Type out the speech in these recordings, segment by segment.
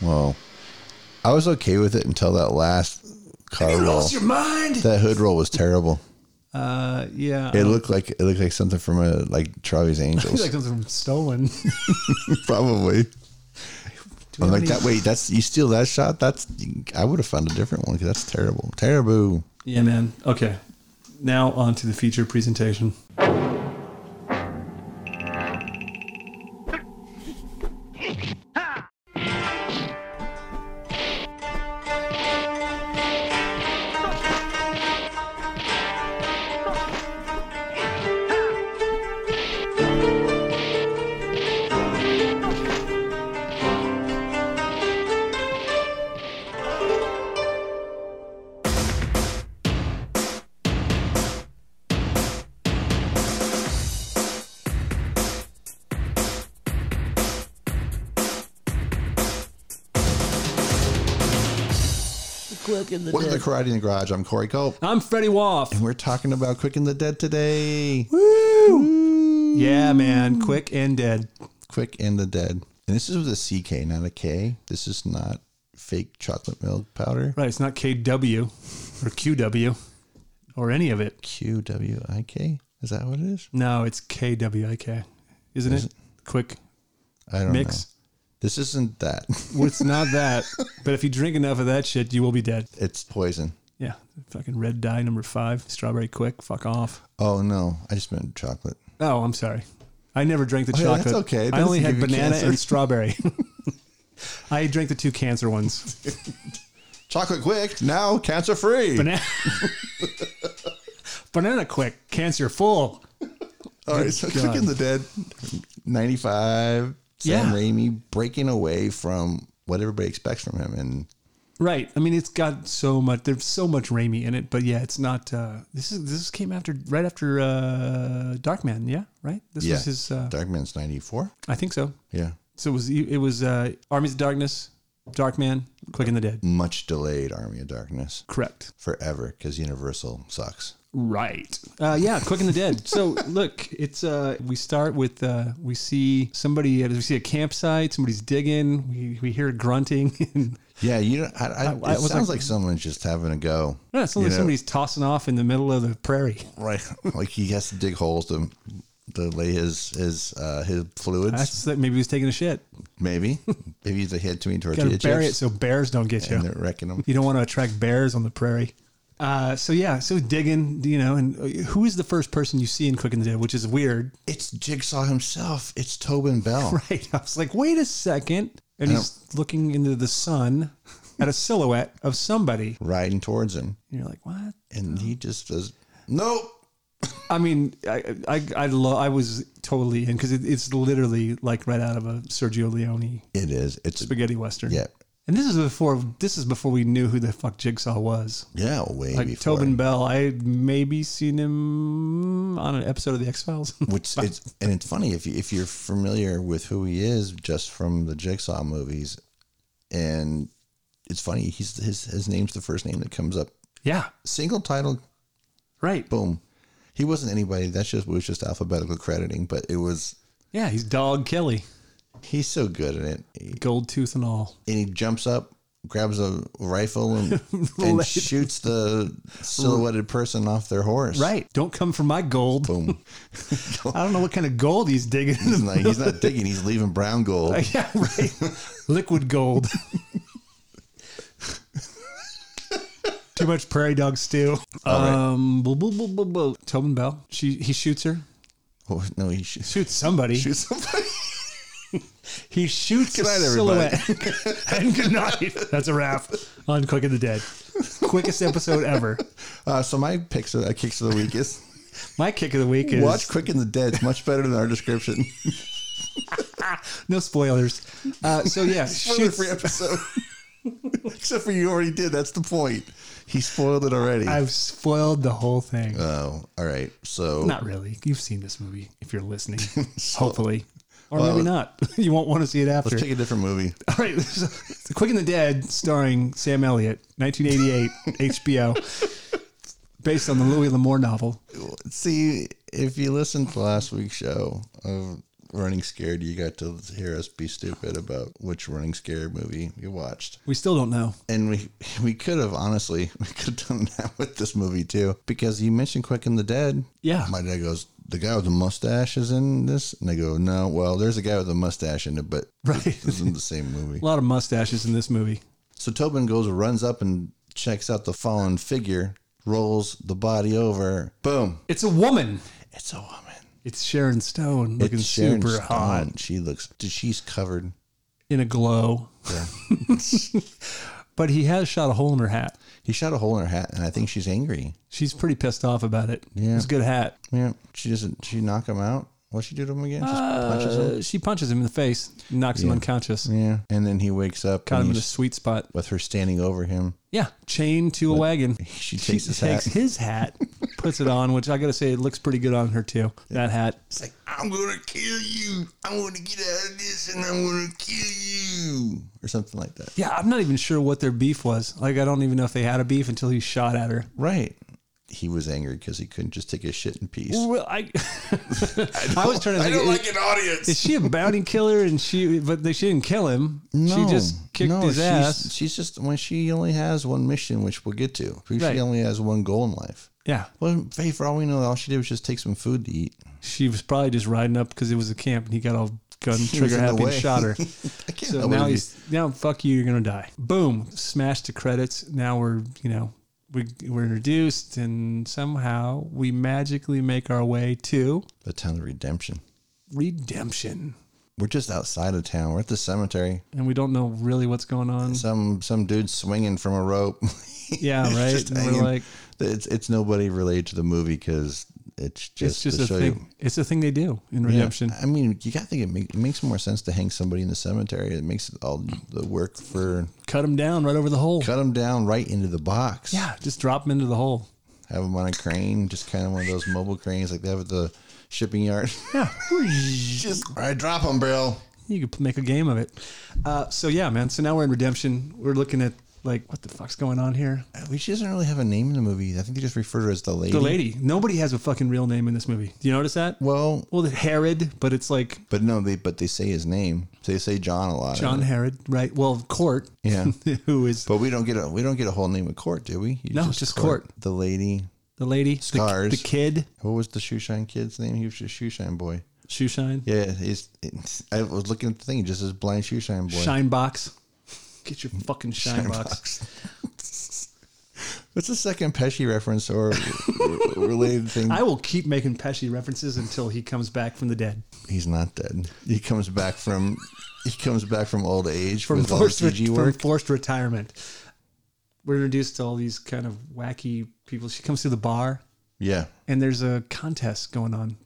Whoa. I was okay with it until that last car Oh, You roll. lost your mind. That hood roll was terrible. Uh, yeah. It looked like it looked like something from a like Charlie's Angels, It's like something from stolen. probably. I'm like any- that. Wait, that's you steal that shot. That's I would have found a different one 'cause that's terrible, terrible. yeah, man. Okay. Now on to the feature presentation. Welcome to Karate in the Garage. I'm Corey Culp, I'm Freddie Woff. and we're talking about Quick and the Dead today. Yeah, man. Quick and dead. Quick and the Dead, and this is with a CK, not a K. This is not fake chocolate milk powder. Right. It's not KW or QW or any of it. Q W I K. Is that what it is? No, it's KWIK. Isn't it? Quick I Oh, don't know. mix. This isn't that. Well, it's not that. but if you drink enough of that shit, you will be dead. it's poison. Yeah. Fucking red dye number five. Strawberry quick. Fuck off. Oh no, I just meant chocolate. Oh, I'm sorry. I never drank the Oh, yeah, chocolate. that's okay. It I only doesn't had give you banana cancer. and strawberry. I drank the two cancer ones. Chocolate quick now, cancer free. Banana, banana quick, cancer full. All right, so God. Quick and the Dead, 95, Sam Yeah. Raimi breaking away from what everybody expects from him. And Right. I mean, it's got so much. There's so much Raimi in it, but yeah, it's not. Uh, this is this came after right after uh, Darkman. Yeah. Right. This yeah, was his. Uh, Darkman's 94. I think so. Yeah. So it was it was uh, Armies of Darkness, Darkman, Quick and the Dead. Much delayed Army of Darkness Correct. forever because Universal sucks. Right. Uh, yeah, Quick and the Dead. So look, it's uh, we start with uh, we see somebody we see a campsite, somebody's digging, we, we hear grunting, and Yeah, you know, I, I, I- it I was sounds like- like, someone's just having a go. yeah, it's You only know, somebody's tossing off in the middle of the prairie. Right. like he has to dig holes to, to lay his his uh, his fluids, That's that maybe he was taking a shit. maybe. maybe he's a head to me Gotta tortilla bury it chips. so bears don't get you. and they're wrecking him. You don't want to attract bears on the prairie. Uh, so yeah, so digging, you know, and uh, who is the first person you see in Quick and the Dead, which is weird, It's Jigsaw himself. It's Tobin Bell. Right. I was like, wait a second. And I he's looking into the sun at a silhouette of somebody. riding towards him, And you're like, what? and Oh. he just does. Nope. I mean, I I I, lo- I was totally in because it, it's literally like right out of a Sergio Leone It is. It's spaghetti western. yeah, And this is before this is before we knew who the fuck Jigsaw was. yeah, way Like before. Tobin Bell, I had maybe seen him on an episode of the X Files. which it's and it's funny if you, if you're familiar with who he is just from the Jigsaw movies, and it's funny he's his his name's the first name that comes up. yeah, Single title, right. boom. He wasn't anybody. That's just was just alphabetical crediting, but it was Yeah, he's Dog Kelly, he's so good in it. He- gold tooth and all. and he jumps up, grabs a rifle, and, and shoots the silhouetted person off their horse. Right. Don't come for my gold. Boom. I don't know what kind of gold he's digging in the He's not, he's not digging. He's leaving brown gold. Yeah, right. Liquid gold. Too much prairie dog stew. Um, blah, blah, blah, blah, blah. Tobin Bell. She he shoots her. Oh, no, he shoots, Shoots somebody. shoots somebody. He shoots Good a night, everybody. silhouette. and good night. That's a wrap on Quick and the Dead. Quickest episode ever. Uh, so my picks, of, uh, kicks of the week is My kick of the week is watch Quick and the Dead. It's much better than our description no spoilers. Uh, so yeah, for the shoots, free episode. Except for you already did. That's the point. He spoiled it already. I've spoiled the whole thing. oh, all right. So Not really. You've seen this movie if you're listening, hopefully. Or maybe not. you won't want to see it after. pick a different movie. All right. So, The Quick and the Dead, starring Sam Elliott, 1988, HBO, based on the Louis L'Amour novel. See, if you listened to last week's show of running scared, you got to hear us be stupid about which running scared movie you watched. We still don't know. And we we could have honestly we could have done that with this movie too because you mentioned Quick and the Dead. Yeah. My dad goes, the guy with the mustache is in this, and I go, no. Well, there's a guy with a mustache in it, but Right. this isn't the same movie. A lot of mustaches in this movie. So Tobin goes, runs up and checks out the fallen figure, rolls the body over. Boom! It's a woman. It's a woman. It's Sharon Stone looking It's Sharon super hot Stone. oh, She looks. She's covered. in a glow. but he has shot a hole in her hat. He shot a hole in her hat, and I think she's angry. She's pretty pissed off about it. Yeah. It's a good hat. Yeah, she doesn't. She knock him out. What she do to him again? Just punches him. Uh, she punches him in the face, knocks him unconscious. Yeah, and then he wakes up Got him and in a he's- sweet spot. with her standing over him. Yeah, chained to a wagon. She takes his takes hat. his hat, puts it on, which I got to say, it looks pretty good on her too. That hat. It's like I'm gonna kill you. I'm gonna get out of this, and I'm gonna kill you, or something like that. Yeah, I'm not even sure what their beef was. Like, I don't even know if they had a beef until he shot at her. Right. He was angry because he couldn't just take his shit in peace. Well, I, I, was trying to. Think, is, an audience. is she a bounty killer? And she, but they, she didn't kill him. she just kicked no, his she's, ass. She's just when she only has one mission, which we'll get to. Right. She only has one goal in life. Yeah, Well, Faye, for all we know, all she did was just take some food to eat. she was probably just riding up because it was a camp, and he got all gun She was trigger in the happy and way. shot her. I can't So help now it. he's now fuck you, you're gonna die. Boom, smash the credits. Now we're you know we we're introduced, and somehow we magically make our way to the town of redemption. redemption, We're just outside of town. We're at the cemetery. and we don't know really what's going on. Some some dude swinging from a rope. Yeah, He's right. just And we're hanging. like, it's it's nobody related to the movie because it's it's just just to a show thing. you- It's a thing they do in Yeah. redemption. I mean, you gotta think it, make, it makes more sense to hang somebody in the cemetery. It makes all the work for Cut him down right over the hole. cut them down right into the box. Yeah, just drop him into the hole. have them on a crane, just kind of one of those mobile cranes like they have at the shipping yard. Yeah. just all right, drop them, Bill. You could make a game of it. Uh, so yeah, man. So now we're in redemption. We're looking at like what the fuck's going on here. Which doesn't really have a name in the movie. I think they just refer to her as the lady. The lady. Nobody has a fucking real name in this movie. Do you notice that? Well, Well, the Herod, but it's like but no, they but they say his name. They say John a lot. John Herod, right? Well, Court, Yeah. who is But we don't get a we don't get a whole name of court, do we? You No, just Court. The lady. the lady, the- Scars. the, kid, What was the shoeshine kid's name? He was just shoeshine boy. Shoeshine, Yeah, he's. It's, I was looking at the thing. It just says blind shoeshine boy. Shine Box. Get your fucking Shine, box. What's the second Pesci reference or r- related thing? I will keep making Pesci references until he comes back from the dead. He's not dead. He comes back from he comes back from old age From with all the forced, re- CG from work. forced retirement. We're introduced to all these kind of wacky people. She comes to the bar. Yeah, and there's a contest going on.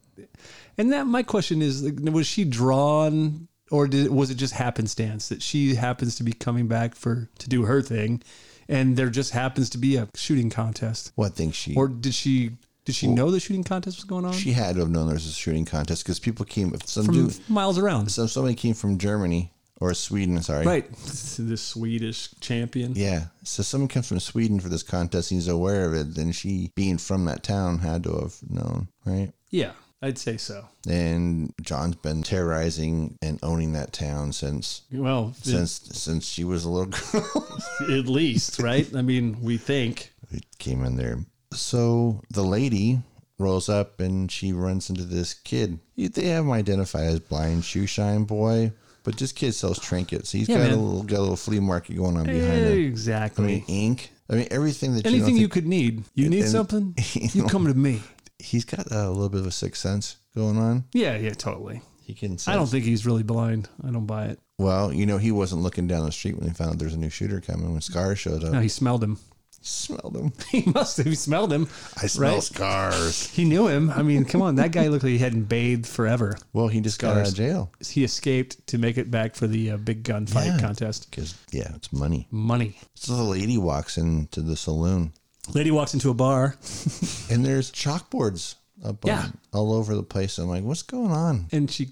And that my question is like, was she drawn or did was it just happenstance that she happens to be coming back for to do her thing and there just happens to be a shooting contest what thing she or did she did she know the shooting contest was going on she had to have known there was a shooting contest because people came. If some from dude, miles around? some somebody came from Germany or Sweden. Sorry, Right. The Swedish champion. Yeah. So someone comes from Sweden for this contest. He's aware of it. Then she, being from that town, had to have known, right? Yeah, I'd say so. And John's been terrorizing and owning that town since Well, since since she was a little girl. at least, right? I mean, we think it came in there. So the lady rolls up and she runs into this kid. They have him identified as blind shoeshine boy, but this kid sells trinkets. He's Yeah, got a man. little got a little flea market going on behind him. exactly. I mean, ink. I mean, everything that you don't Anything think you could need. You need and- something? You come to me. he's got a little bit of a sixth sense going on. Yeah, yeah, totally. He can. Sense. I don't think he's really blind. I don't buy it. Well, you know, he wasn't looking down the street when he found out there's a new shooter coming. When Scar showed up, No, he smelled him. smelled him. He must have. He smelled him. I smell Right? scars. He knew him. I mean, come on. That guy looked like he hadn't bathed forever. Well, he just got out Scars. of jail He escaped to make it back for the uh, big gunfight Yeah. contest. because yeah, it's money. Money. So the lady walks into the saloon, Lady walks into a bar and there's chalkboards up Yeah. on, all over the place. I'm like, what's going on? and she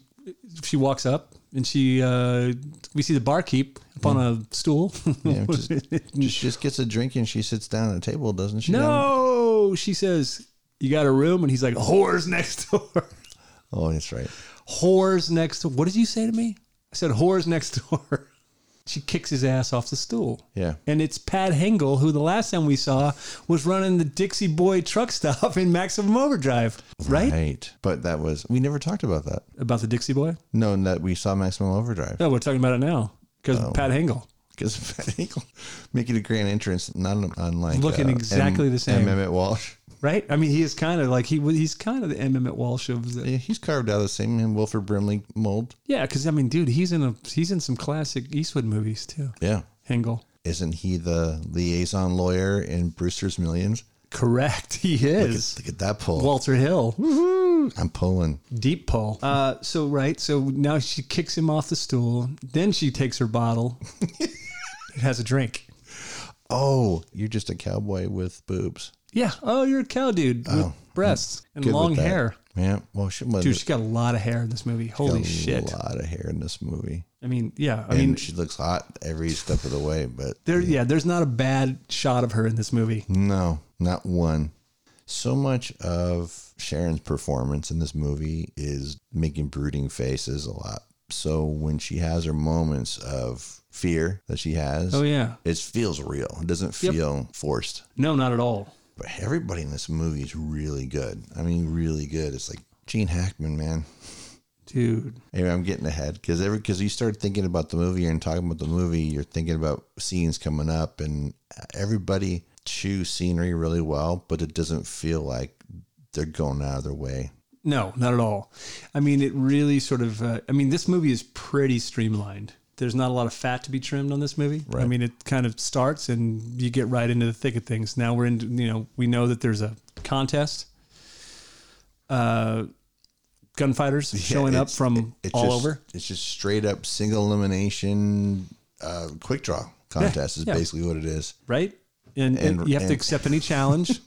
she walks up and she uh, we see the barkeep up on a stool. Mm. Yeah, just, just just gets a drink and she sits down at a table, doesn't she? Down- no, she says, "You got a room?" And he's like, "Whores next door." Oh, that's right. whores next door. What did you say to me? I said whores next door. She kicks his ass off the stool. Yeah. And it's Pat Hengel, who the last time we saw was running the Dixie Boy truck stop in Maximum Overdrive, right? Right. But that was, we never talked about that. About the Dixie Boy? No, that we saw Maximum Overdrive. No, we're talking about it now because Oh. Pat Hengel. Because Pat Hinkle making a grand entrance, not unlike. Looking exactly the same. And Emmett Walsh. right? I mean, he is kind of like he wa- he's kind of the M. Emmett Walsh of the Yeah, he's carved out of the same Wilford Brimley mold. yeah, because I mean, dude, he's in a he's in some classic Eastwood movies too. Yeah. Hengel, Isn't he the liaison lawyer in Brewster's Millions? correct? He is Look at that pull. Walter Hill, I'm pulling. deep pull. Uh, so right, so now she kicks him off the stool. Then she takes her bottle, and has a drink. Oh, you're just a cowboy with boobs. Yeah. Oh, you're a cow dude with breasts and Good with long that. hair. Yeah. Well, she was Dude, she got a lot of hair in this movie. Holy shit! a lot of hair in this movie. I mean, yeah. I And mean, she looks hot every step of the way, but there. Yeah, there's not a bad shot of her in this movie. no, not one. So much of Sharon's performance in this movie is making brooding faces a lot. So when she has her moments of fear that she has, Oh yeah. it feels real. It doesn't feel forced. No, not at all. But everybody in this movie is really good. I mean, really good. It's like Gene Hackman, man. Dude. Anyway, I'm getting ahead because every because you start thinking about the movie and talking about the movie, you're thinking about scenes coming up, and everybody chews scenery really well, but it doesn't feel like they're going out of their way. No, not at all. I mean, it really sort of, uh, I mean, this movie is pretty streamlined. There's not a lot of fat to be trimmed on this movie. I mean, it kind of starts and you get right into the thick of things. Now we're in, you know, we know that there's a contest. Uh, gunfighters showing up it's- from It's all just, over. It's just straight up single elimination, uh, quick draw contest is yeah. basically what it is. right? And, and, And- you have to and- accept any challenge,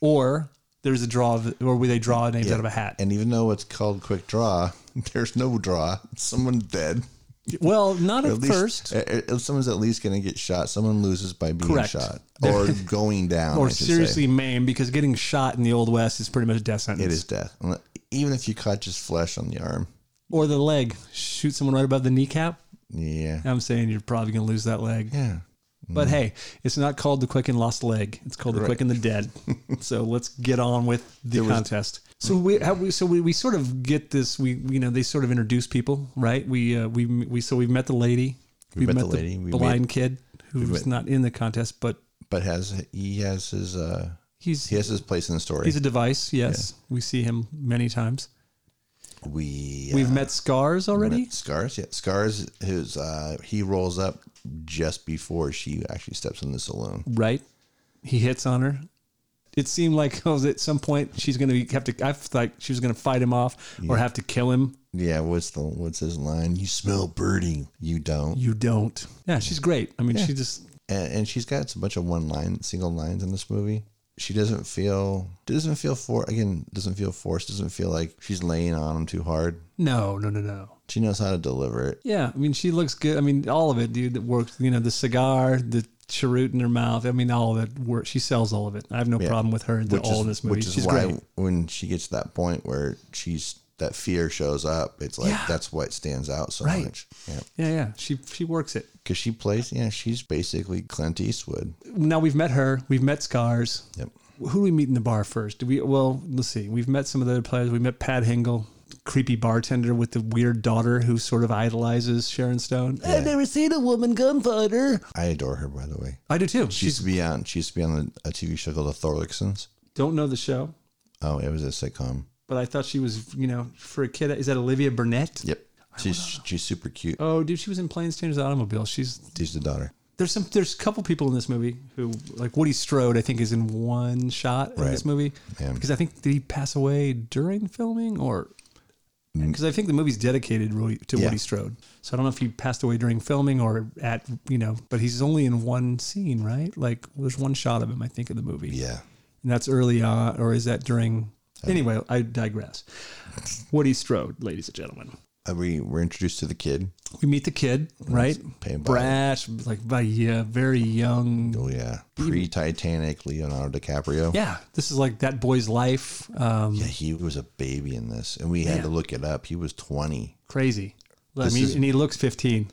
or there's a draw, of, or where they draw names out of a hat. And even though it's called quick draw, there's no draw. Someone's dead. Well, not at, At least, first, uh, uh, someone's at least going to get shot. Someone loses by being Correct. shot or going down. or I should say. seriously maimed, because getting shot in the old west is pretty much a death sentence. It is death. Unle- Even if you cut just flesh on the arm. Or the leg, shoot someone right above the kneecap. Yeah. I'm saying you're probably gonna lose that leg. Yeah. Mm. But hey, it's not called the quick and lost leg. It's called the quick and the dead. so let's get on with the contest. so we, how we so we, we sort of get this. We you know they sort of introduce people, right? We uh, we we so we've met the lady. We met the lady. We blind kid who's not in the contest, but But has he has his uh he's he has his place in the story. he's a device. Yes, we see him many times. we uh, We've met scars already. Scars, yeah. Scars who's uh he rolls up just before she actually steps in the saloon. Right. He hits on her. It seemed like oh, at some point she's going to have to. I thought she was going to fight him off or have to kill him. Yeah, what's the what's his line? You smell birdie. You don't. You don't. Yeah, she's great. I mean, she just. And, and she's got a bunch of one line single lines in this movie. She doesn't feel doesn't feel for again, doesn't feel forced, doesn't feel like she's laying on him too hard. No, no, no, no. She knows how to deliver it. Yeah, I mean, she looks good. I mean, all of it, dude. That works. You know, the cigar, the cheroot in her mouth. I mean, all of it works. She sells all of it. I have no problem with her in the, which all is- in this movie. Which is she's why great. when she gets to that point where she's that fear shows up, it's like that's why it stands out so Right. much. Yeah, Yeah, yeah. She she works it. because she plays. Yeah, she's basically Clint Eastwood. Now we've met her. We've met scars. Yep. Who do we meet in the bar first? Do we? Well, let's see. We've met some of the other players. We met Pat Hingle, creepy bartender with the weird daughter who sort of idolizes Sharon Stone. I've never seen a woman gunfighter. I adore her, by the way. I do too. She used to be on. She used to be on a, a TV show called The Thorlicksons. Don't know the show, Oh, it was a sitcom. but I thought she was, you know, for a kid. Is that Olivia Burnett? Yep, she's she's super cute. Oh, dude, she was in Planes, Changes, Automobile. She's She's the daughter. there's some there's a couple people in this movie who like Woody Strode. I think is in one shot in this Right. movie Yeah. because I think did he pass away during filming or because I think the movie's dedicated really to Mm. Yeah. Woody Strode. So I don't know if he passed away during filming or at you know, but he's only in one scene, right? Like there's one shot of him I think in the movie, Yeah, and that's early on, or is that during? Anyway, I digress. Woody Strode, ladies and gentlemen. Uh, we were introduced to the kid. we meet the kid, right? paintball. Brash, like by yeah, very young. Oh yeah, pre Titanic Leonardo DiCaprio. Yeah, this is like that boy's life. Um, Yeah, he was a baby in this, and we had to look it up. He was twenty, Crazy. I This mean, is- and he looks 15.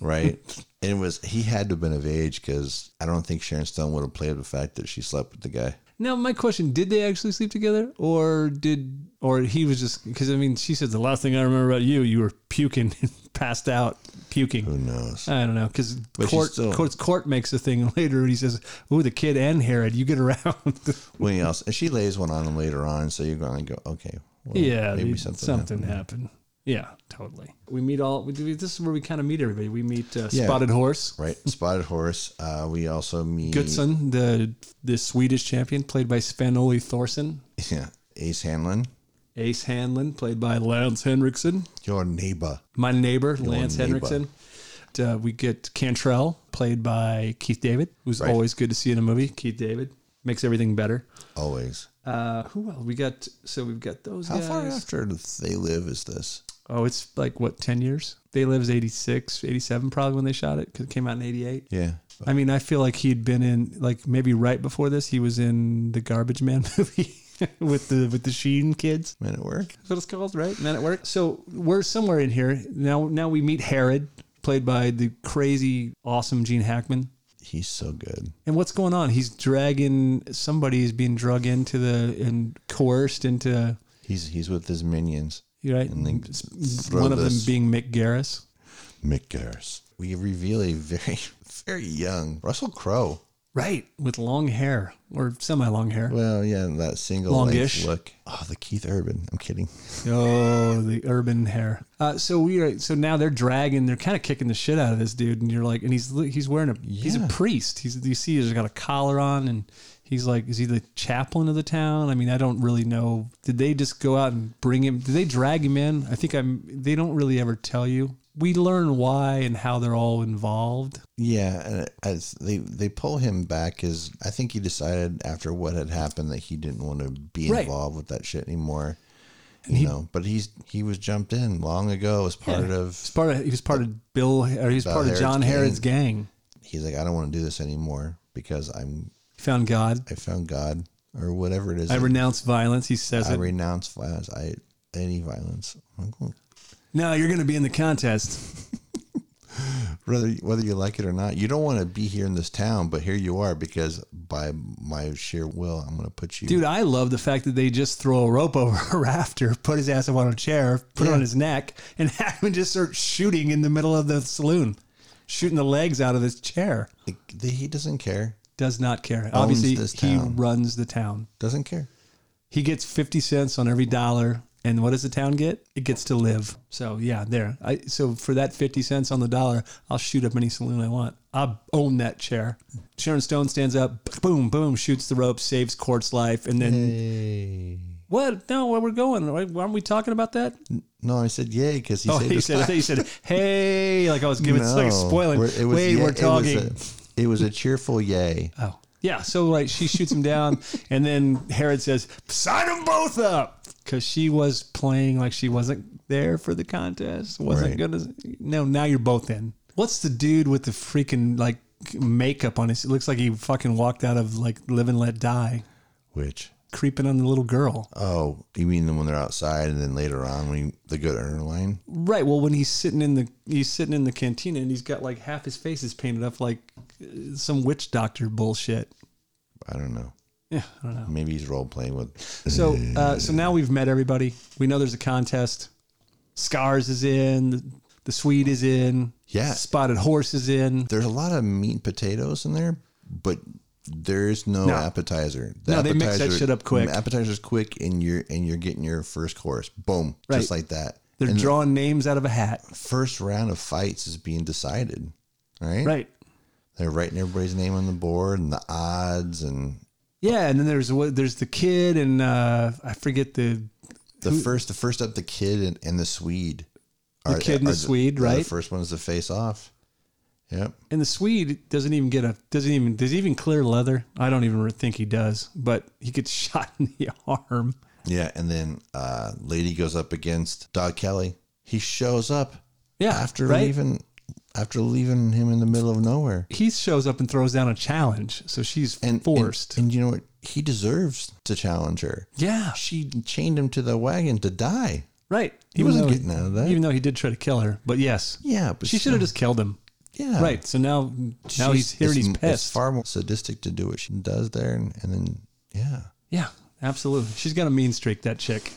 right? and it was he had to have been of age because I don't think Sharon Stone would have played the fact that she slept with the guy. Now, my question: Did they actually sleep together, or did, or he was just? Because I mean, she said the last thing I remember about you, you were puking, passed out, Who puking. knows? I don't know because she's court, still- court, court makes a thing later, and he says, "Ooh, the kid and Herod, you get around." What else? And she lays one on him later on, so you're going to go, okay, well, yeah, maybe dude, something. something happened. Yeah, totally. We meet all. we do- This is where we kind of meet everybody. We meet uh, Yeah. Spotted Horse, Right, spotted horse. Uh, we also meet Goodson, the the Swedish champion, played by Sven Ole Thorson. Yeah, Ace Hanlon, Ace Hanlon, played by Lance Henriksen. your neighbor. My neighbor, Lance neighbor. Henriksen. Uh, we get Cantrell, played by Keith David, who's Right. always good to see in a movie. Keith David makes everything better. Always. Uh, who else? We got so we've got those How guys. far after they live is this? Oh, it's like what ten years? They lives 86, 87 probably when they shot it because it came out in eighty eight. Yeah, I mean, I feel like he'd been in like maybe right before this, he was in the Garbage Man movie with the with the Sheen kids. man at work. That's what it's called, right? Man at Work. So we're somewhere in here now. Now we meet Herod, played by the crazy, awesome Gene Hackman. He's so good. And what's going on? He's dragging somebody is being drug into the and coerced into He's he's with his minions. you're right. And then throw One of them this- being Mick Garris. Mick Garris. We reveal a very very young Russell Crowe. Right, with long hair or semi-long hair. Well, yeah, and that single length Longish. look. Oh, the Keith Urban. I'm kidding. Oh, the urban hair. Uh, so we are. So now they're dragging. They're kind of kicking the shit out of this dude, and you're like, and he's he's wearing a he's a Yeah. priest. He's you see he's got a collar on, and he's like, is he the chaplain of the town? I mean, I don't really know. Did they just go out and bring him? Did they drag him in? I think I'm. They don't really ever tell you. We learn why and how they're all involved. Yeah, and as they they pull him back is I think he decided after what had happened that he didn't want to be Right. involved with that shit anymore. You know, but he's he was jumped in long ago as part He's of. part of he was part of Bill, or he was Bill part of Harrod's John gang. Harrod's gang. He's like, I don't want to do this anymore because I'm He found God. I found God or whatever it is. I that- renounce violence. He says I it. renounce violence. I any violence. I'm like, no, you're going to be in the contest. Whether whether you like it or not, you don't want to be here in this town, but here you are because by my sheer will, I'm going to put you. Dude, I love the fact that they just throw a rope over a rafter, put his ass up on a chair, put it on his neck, and Hackman just start shooting in the middle of the saloon, shooting the legs out of his chair. Like, he doesn't care. Does not care. Obviously, this he town. runs the town. Doesn't care. He gets 50 cents on every dollar. And what does the town get? It gets to live. So, yeah, there. I, so, for that 50 cents on the dollar, I'll shoot up any saloon I want. I own that chair. Sharon Stone stands up, boom, boom, shoots the rope, saves Court's life, and then Hey. What? No, where we're going? Why- why Aren't we talking about that? No, I said yay because he Oh, saved he his said, life. he said, hey, like I was giving, it's No. like spoiling. We're- it was Wait, yay- we're talking. It was, a, it was a cheerful yay. oh, yeah. So like she shoots him down, and then Herod says, sign them both up, because she was playing like she wasn't there for the contest. Wasn't Right. gonna. No, now you're both in. What's the dude with the freaking like makeup on his? It looks like he fucking walked out of like Live and Let Die, Which creeping on the little girl. oh, you mean when they're outside and then later on when you, the good earner line? Right. Well, when he's sitting in the he's sitting in the cantina and he's got like half his face is painted up like uh, some witch doctor bullshit. I don't know. Yeah, I don't know. Maybe he's role playing with. So uh, so now we've met everybody. We know there's a contest. Scars is in. The, the Swede is in. Yeah. Spotted horse is in. There's a lot of meat and potatoes in there, but there's no, No. appetizer. The No, they mix that appetizer- shit up quick. Appetizer's quick, and you're and you're getting your first course. Boom, just Right. like that. They're and drawing names out of a hat. the first round of fights is being decided. Right? Right. They're writing everybody's name on the board and the odds and Yeah, and then there's what there's the kid and uh, I forget the the first the first up the kid and, and the Swede. The kid and the Swede, are The right? first one's to face off. Yep. And the Swede doesn't even get a doesn't even does he even clear leather. I don't even think he does, but he gets shot in the arm. Yeah, and then uh Lady goes up against Dog Kelly. He shows up Yeah, after right? leaving after leaving him in the middle of nowhere. he shows up and throws down a challenge, so she's And forced. And, and you know what? He deserves to challenge her. yeah, She chained him to the wagon to die. right. He wasn't getting out of that. even though he did try to kill her. But yes, yeah, but she should have just killed him. yeah. Right. So now, She's- now he's here and it's- he's It's pissed. far more sadistic to do what she does there, and, and then yeah, Yeah, absolutely. She's got a mean streak, that chick.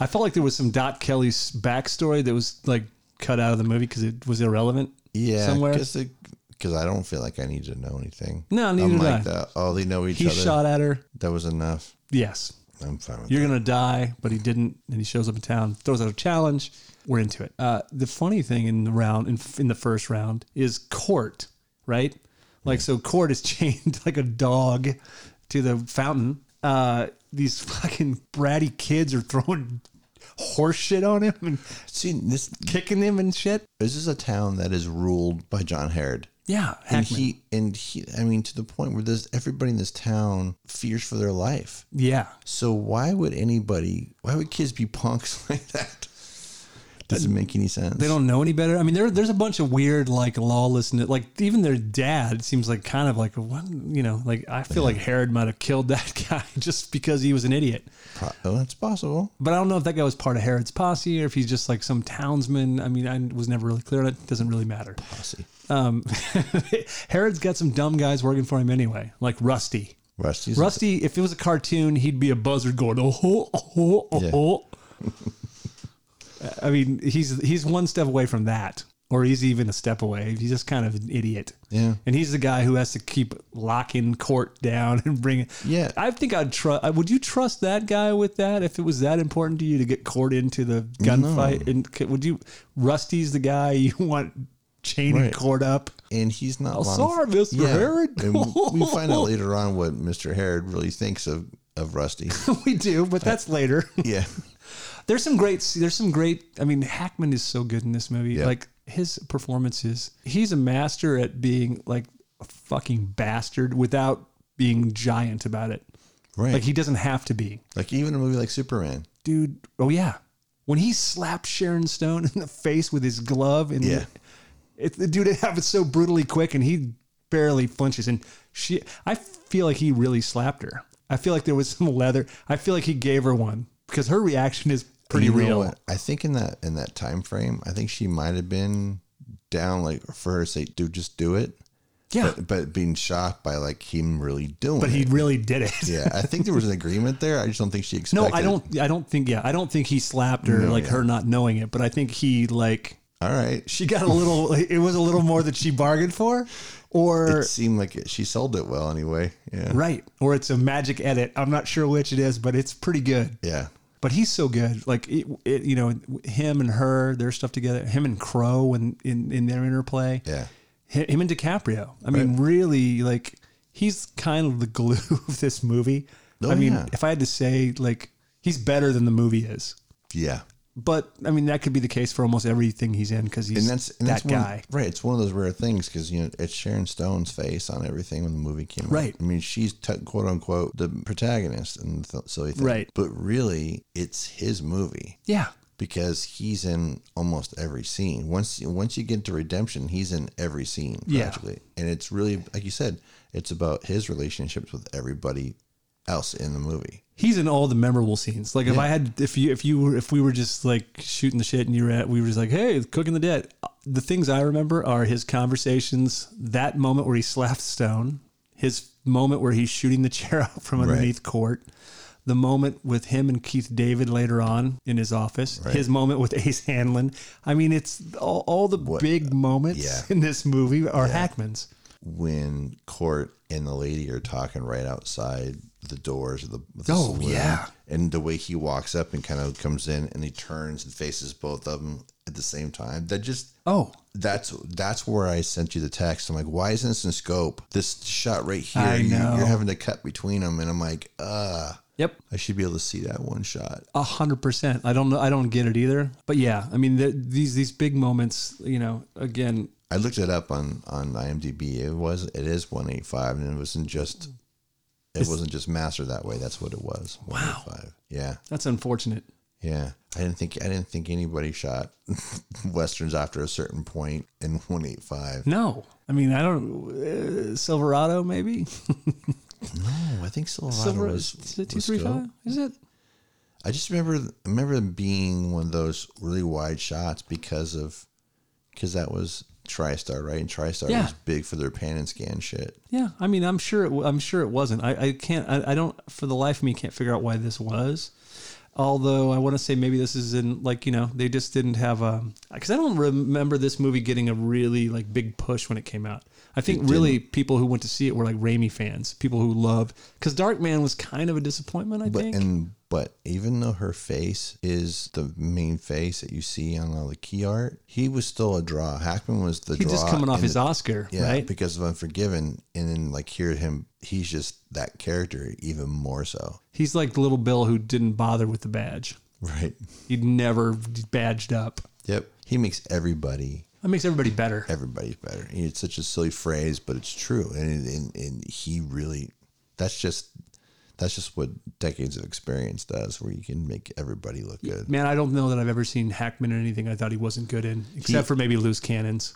I felt like there was some Dot Kelly's backstory that was like cut out of the movie because it was irrelevant. yeah, Somewhere. because I don't feel like I need to know anything. No, neither I'm do like I. that. Oh, they know each He other. shot at her. That was enough. Yes, I'm fine with you're gonna die, but he didn't, and he shows up in town, throws out a challenge. We're into it. Uh, the funny thing in the round, in, in the first round, is Court, right? Like so, Court is chained like a dog to the fountain. Uh, these fucking bratty kids are throwing horse shit on him and that. See, this kicking him and shit. this is a town that is ruled by John Herod. Yeah, And Hackman. he and he, I mean, to the point where this everybody in this town fears for their life. yeah, So why would anybody? Why would kids be punks like that? Doesn't make any sense. they don't know any better. I mean, there, there's a bunch of weird like lawlessness. Like even their dad seems like kind of like what you know. Like I feel like Herod might have killed that guy just because he was an idiot. Pro- oh, that's possible. But I don't know if that guy was part of Herod's posse or if he's just like some townsman. I mean, I was never really clear on it. Doesn't really matter. Posse. Um, Herod's got some dumb guys working for him anyway, like Rusty. Rusty's Rusty, if it was a cartoon, he'd be a buzzard going, oh, ho, oh, ho, oh, Yeah. ho." I mean, he's he's one step away from that, or he's even a step away. He's just kind of an idiot. Yeah. And he's the guy who has to keep locking court down and bringing. Yeah. I think I'd trust. Would you trust that guy with that if it was that important to you to get court into the gunfight? And c- would you? Rusty's the guy you want chaining Right. court up. and he's not. Oh, long sorry, Mr. Herod. And we we find out later on what Mr. Herod really thinks of of Rusty. we do, but that's later. yeah, There's some great. There's some great. I mean, Hackman is so good in this movie. Yeah. Like his performances, he's a master at being like a fucking bastard without being giant about it. right. Like Like, he doesn't have to be, even a movie like Superman. dude. Oh yeah, when he slapped Sharon Stone in the face with his glove, and Yeah. it, the dude it happened so brutally quick, and he barely flinches. And she, I feel like he really slapped her. I feel like there was some leather. I feel like he gave her one because her reaction is pretty You know real. what? I think in that in that time frame, I think she might have been down like for her to say, "Dude, just do it." Yeah. But, but being shocked by like him really doing. but he it. really did it. Yeah, I think there was an agreement there. I just don't think she No, expected. I don't. I don't think. Yeah, I don't think he slapped her like her not knowing it. But I think he like All right. she got a little. it was a little more that she bargained for, or It seemed like it, she sold it well anyway. Yeah. right, or it's a magic edit. I'm not sure which it is, but it's pretty good. Yeah. But he's so good. Like it, it, you know, him and her, their stuff together. Him and Crow and in, in their interplay. Yeah. Hi- Him and DiCaprio. I mean, really, like he's kind of the glue of this movie. Oh, I mean, yeah. if I had to say, like he's better than the movie is. Yeah. But I mean, that could be the case for almost everything he's in because he's And that's and that that's one- guy. right? It's one of those rare things because you know it's Sharon Stone's face on everything when the movie came out. Right. I mean, she's t- quote unquote the protagonist and th- so he thinks. Right. But really, it's his movie Yeah, because he's in almost every scene. Once once you get to redemption, he's in every scene Yeah. practically, and it's really like you said, it's about his relationships with everybody else in the movie. he's in all the memorable scenes. Like if I had, if you, if you were, if we were just like shooting the shit and you were at, we were just like, hey, cooking the dead. The things I remember are his conversations, that moment where he slapped Stone, his moment where he's shooting the chair out from underneath court. The moment with him and Keith David later on in his office, his moment with Ace Hanlon. I mean, it's all, all the big moments yeah. in this movie are Hackman's. when Court and the lady are talking right outside the doors of the, of the Oh, yeah. and the way he walks up and kind of comes in and he turns and faces both of them at the same time. That just Oh, that's that's where I sent you the text. I'm like, why isn't this in scope? This shot right here, I You, know. are having to cut between them, and I'm like, uh, yep. I should be able to see that one shot. A hundred percent. I don't know. I don't get it either. But yeah, I mean, the, these these big moments. You know, again, I looked it up on on IMDb. It was it is 185, and it wasn't just it wasn't just master that way. That's what it was. Wow. Yeah. that's unfortunate. Yeah. I didn't think I didn't think anybody shot westerns after a certain point in 185. No, I mean I don't. Uh, Silverado maybe. No, I think Silverado Silver was, is it two was three scope. five? Is it? I just remember remember them being one of those really wide shots because of because that was TriStar, right? And TriStar Yeah. was big for their pan and scan shit. Yeah, I mean I'm sure it, w- I'm sure it wasn't. I, I can't. I, I don't. For the life of me, can't figure out why this was. Although I want to say maybe this is in like you know they just didn't have a because I don't remember this movie getting a really like big push when it came out. I think really people who went to see it were like Raimi fans, people who loved because Darkman was kind of a disappointment. I But think. and but even though her face is the main face that you see on all the key art, he was still a draw. Hackman was the He's draw. just coming off in his the- Oscar, yeah, right? because of Unforgiven, and then like hear him, he's just that character even more so, He's like little Bill who didn't bother with the badge. right? He'd never badged up. Yep, he makes everybody That makes everybody better. everybody's better. And It's such a silly phrase, but it's true. And and, and he really, that's just that's just what decades of experience does, where you can make everybody look good. Man, I don't know that I've ever seen Hackman in anything I thought he wasn't good in, except for maybe loose cannons.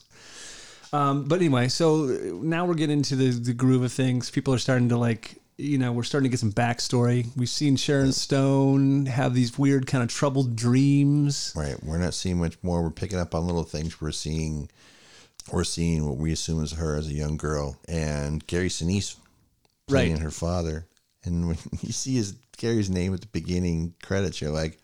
Um, but anyway, so now we're getting into the, the groove of things. People are starting to like, you know, we're starting to get some backstory. We've seen Sharon Stone have these weird kind of troubled dreams. Right. We're not seeing much more. We're picking up on little things. We're seeing, we're seeing what we assume is her as a young girl, and Gary Sinise playing Right. her father. And when you see his Gary's name at the beginning credits, you're like,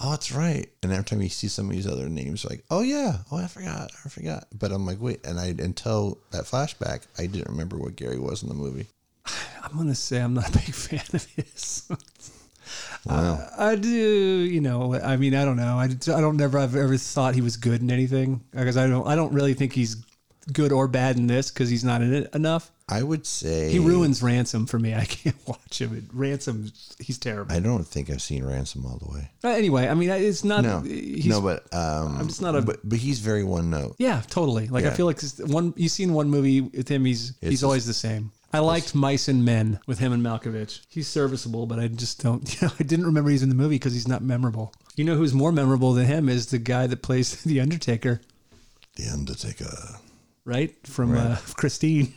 "Oh, that's right." And every time you see some of these other names, you're like, "Oh yeah, oh I forgot, I forgot." But I'm like, wait, and I until that flashback, I didn't remember what Gary was in the movie. I'm gonna say I'm not a big fan of his. Wow. I do, you know. I mean, I don't know. I, I don't never. I've ever thought he was good in anything because I don't. I don't really think he's good or bad in this because he's not in it enough. I would say He ruins Ransom for me. I can't watch him. It- Ransom, he's terrible. I don't think I've seen Ransom all the way. Uh, anyway, I mean, it's not. No, Um, he's, no, but um, I'm just not a- But but he's very one note. Yeah, totally. Like I Yeah. feel like this one. You seen one movie with him? He's he's just- always the same. I liked Mice and Men with him and Malkovich. He's serviceable, but I just don't. You know, I didn't remember he's in the movie because he's not memorable. You know who's more memorable than him is the guy that plays the Undertaker, The Undertaker. right? From Uh, Christine.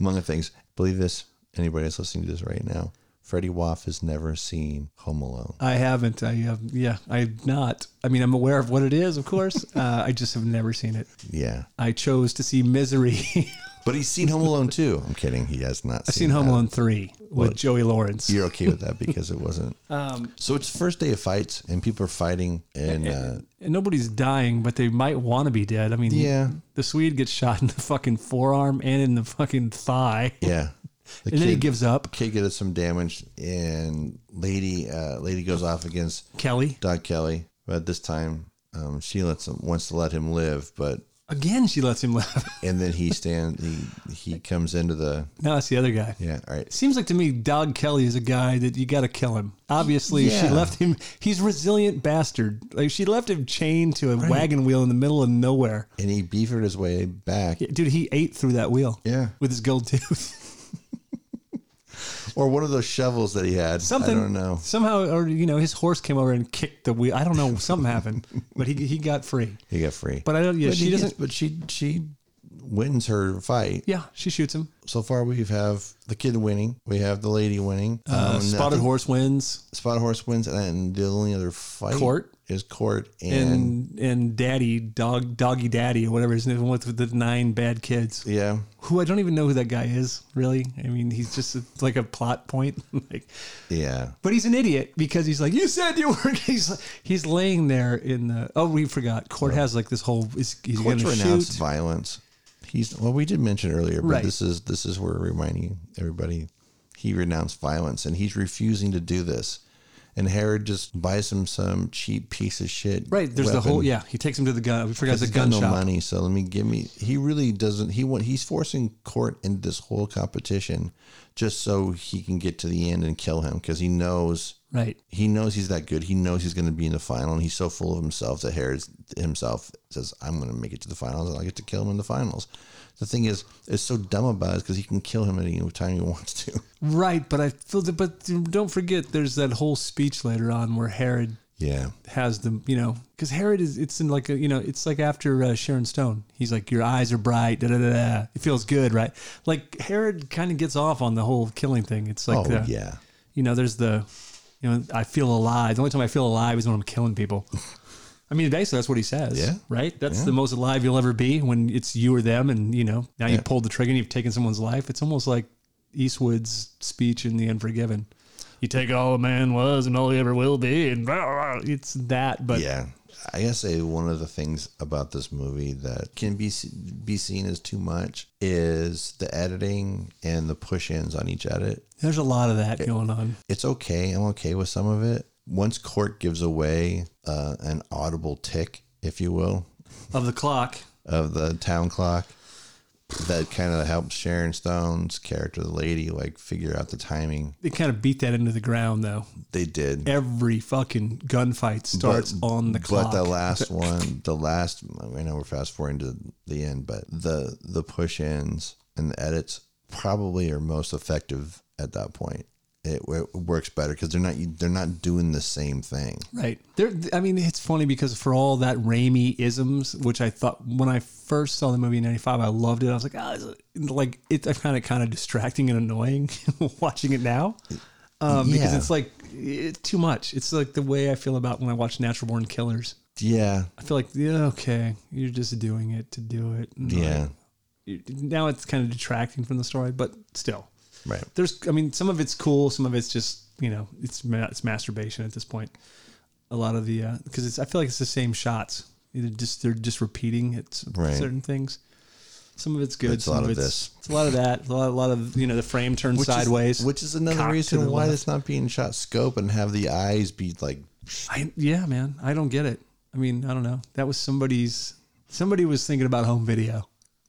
Among other things, believe this, anybody that's listening to this right now, Freddie Waff has never seen Home Alone. I haven't. I have. Yeah, I've not. I mean, I'm aware of what it is, of course. Uh, I just have never seen it. Yeah. I chose to see Misery. But he's seen Home Alone too. I'm kidding. He has not I've seen Home that. Alone three with Joey Lawrence. You're okay with that because it wasn't. Um, so it's first day of fights and people are fighting and uh, And nobody's dying, but they might want to be dead. I mean, Yeah. the Swede gets shot in the fucking forearm and in the fucking thigh, yeah. The and then he kid- gives up. kid gets some damage and lady uh, lady goes off against Kelly Doc Kelly, but this time um, she lets him wants to let him live, but again. She lets him live. and then he stand he he comes into the no, that's the other guy. yeah all right Seems like to me, Dog Kelly is a guy that you got to kill him. Obviously, she Yeah. left him. He's resilient bastard. Like she left him chained to a wagon wheel in the middle of nowhere. and he beavered his way back. Yeah, Dude, he ate through that wheel. Yeah. with his gold tooth. Or one of those shovels that he had. Something. I don't know. Somehow, or you know, his horse came over and kicked the wheel. I don't know. Something happened, but he he got free. He got free. But I don't. Yeah, But she he gets- doesn't. but she she wins her fight. Yeah, she shoots him. So far we have the kid winning. We have the lady winning. Uh, Um, and I spotted think horse wins, Spotted horse wins, and the only other fight Court. is court and, and and daddy dog doggy daddy or whatever his name was with the nine bad kids. yeah. Who I don't even know who that guy is really. I mean, he's just a- like a plot point. like, Yeah. but he's an idiot because he's like, you said you were. He's like- he's laying there in the. Oh, we forgot. Court has like this whole. Is, he's going Court's to renounced shoot. violence. He's well we did mention earlier, but Right. this is this is where we're reminding everybody he renounced violence and he's refusing to do this. And Herod just buys him some cheap piece of shit. Right. There's the whole. weapon. Yeah. He takes him to the gun. We forgot the He's gun got no shop. money, so let me give me. He really doesn't. He want he's forcing Court into this whole competition just so he can get to the end and kill him because he knows Right. he knows he's that good. He knows he's going to be in the final, and he's so full of himself that Harris himself says, "I'm going to make it to the finals, and I'll get to kill him in the finals." The thing is, it's so dumb about it because he can kill him at any time he wants to. Right, but I feel that. But don't forget, there's that whole speech later on where Herod Yeah. has the you know because Herod is it's in like a you know it's like after uh, Sharon Stone he's like your eyes are bright da da da da it feels good right like Herod kind of gets off on the whole killing thing it's like uh, Oh, the, yeah. you know there's the you know I feel alive the only time I feel alive is when I'm killing people I mean basically that's what he says Yeah. right that's the most alive you'll ever be when it's you or them and you know now you pulled the trigger and you've taken someone's life it's almost like Eastwood's speech in The Unforgiven. You take all a man was and all he ever will be, and blah, blah, blah. it's that. But Yeah. I gotta say, one of the things about this movie that can be be seen as too much is the editing and the push ins on each edit. There's a lot of that going on. It's okay. I'm okay with some of it. Once Court gives away uh, an audible tick, if you will, Of the clock. of the town clock, that kind of helps Sharon Stone's character, the lady, like figure out the timing. They kind of beat that into the ground, though. They did. Every fucking gunfight starts on the But clock. the last one, the last, I know we're fast forwarding to the end, but the the push ins and the edits probably are most effective at that point. It, it works better because they're not they're not doing the same thing. right. There, I mean, it's funny because for all that Raimi isms, which I thought when I first saw the movie in '95, I loved it. I was like, ah, it's like it, I found it kind of distracting and annoying watching it now. Um, Because Yeah. it's like it, too much. It's like the way I feel about when I watch Natural Born Killers. Yeah, I feel like, yeah, okay, you're just doing it to do it. And yeah, it- now it's kind of detracting from the story, but still, right. there's. I mean, some of it's cool, some of it's just you know, it's ma- it's masturbation at this point. A lot of the because it's I feel like it's the same shots. They're just they're just repeating it's Right. certain things. Some of it's good. It's a some lot of it's, this. It's a lot of that. A lot, a lot of you know the frame turns Which is- sideways. which is another cock to reason the why left. it's not being shot scope and have the eyes be like I, yeah, man, I don't get it. I mean, I don't know. That was somebody's. Somebody was thinking about home video.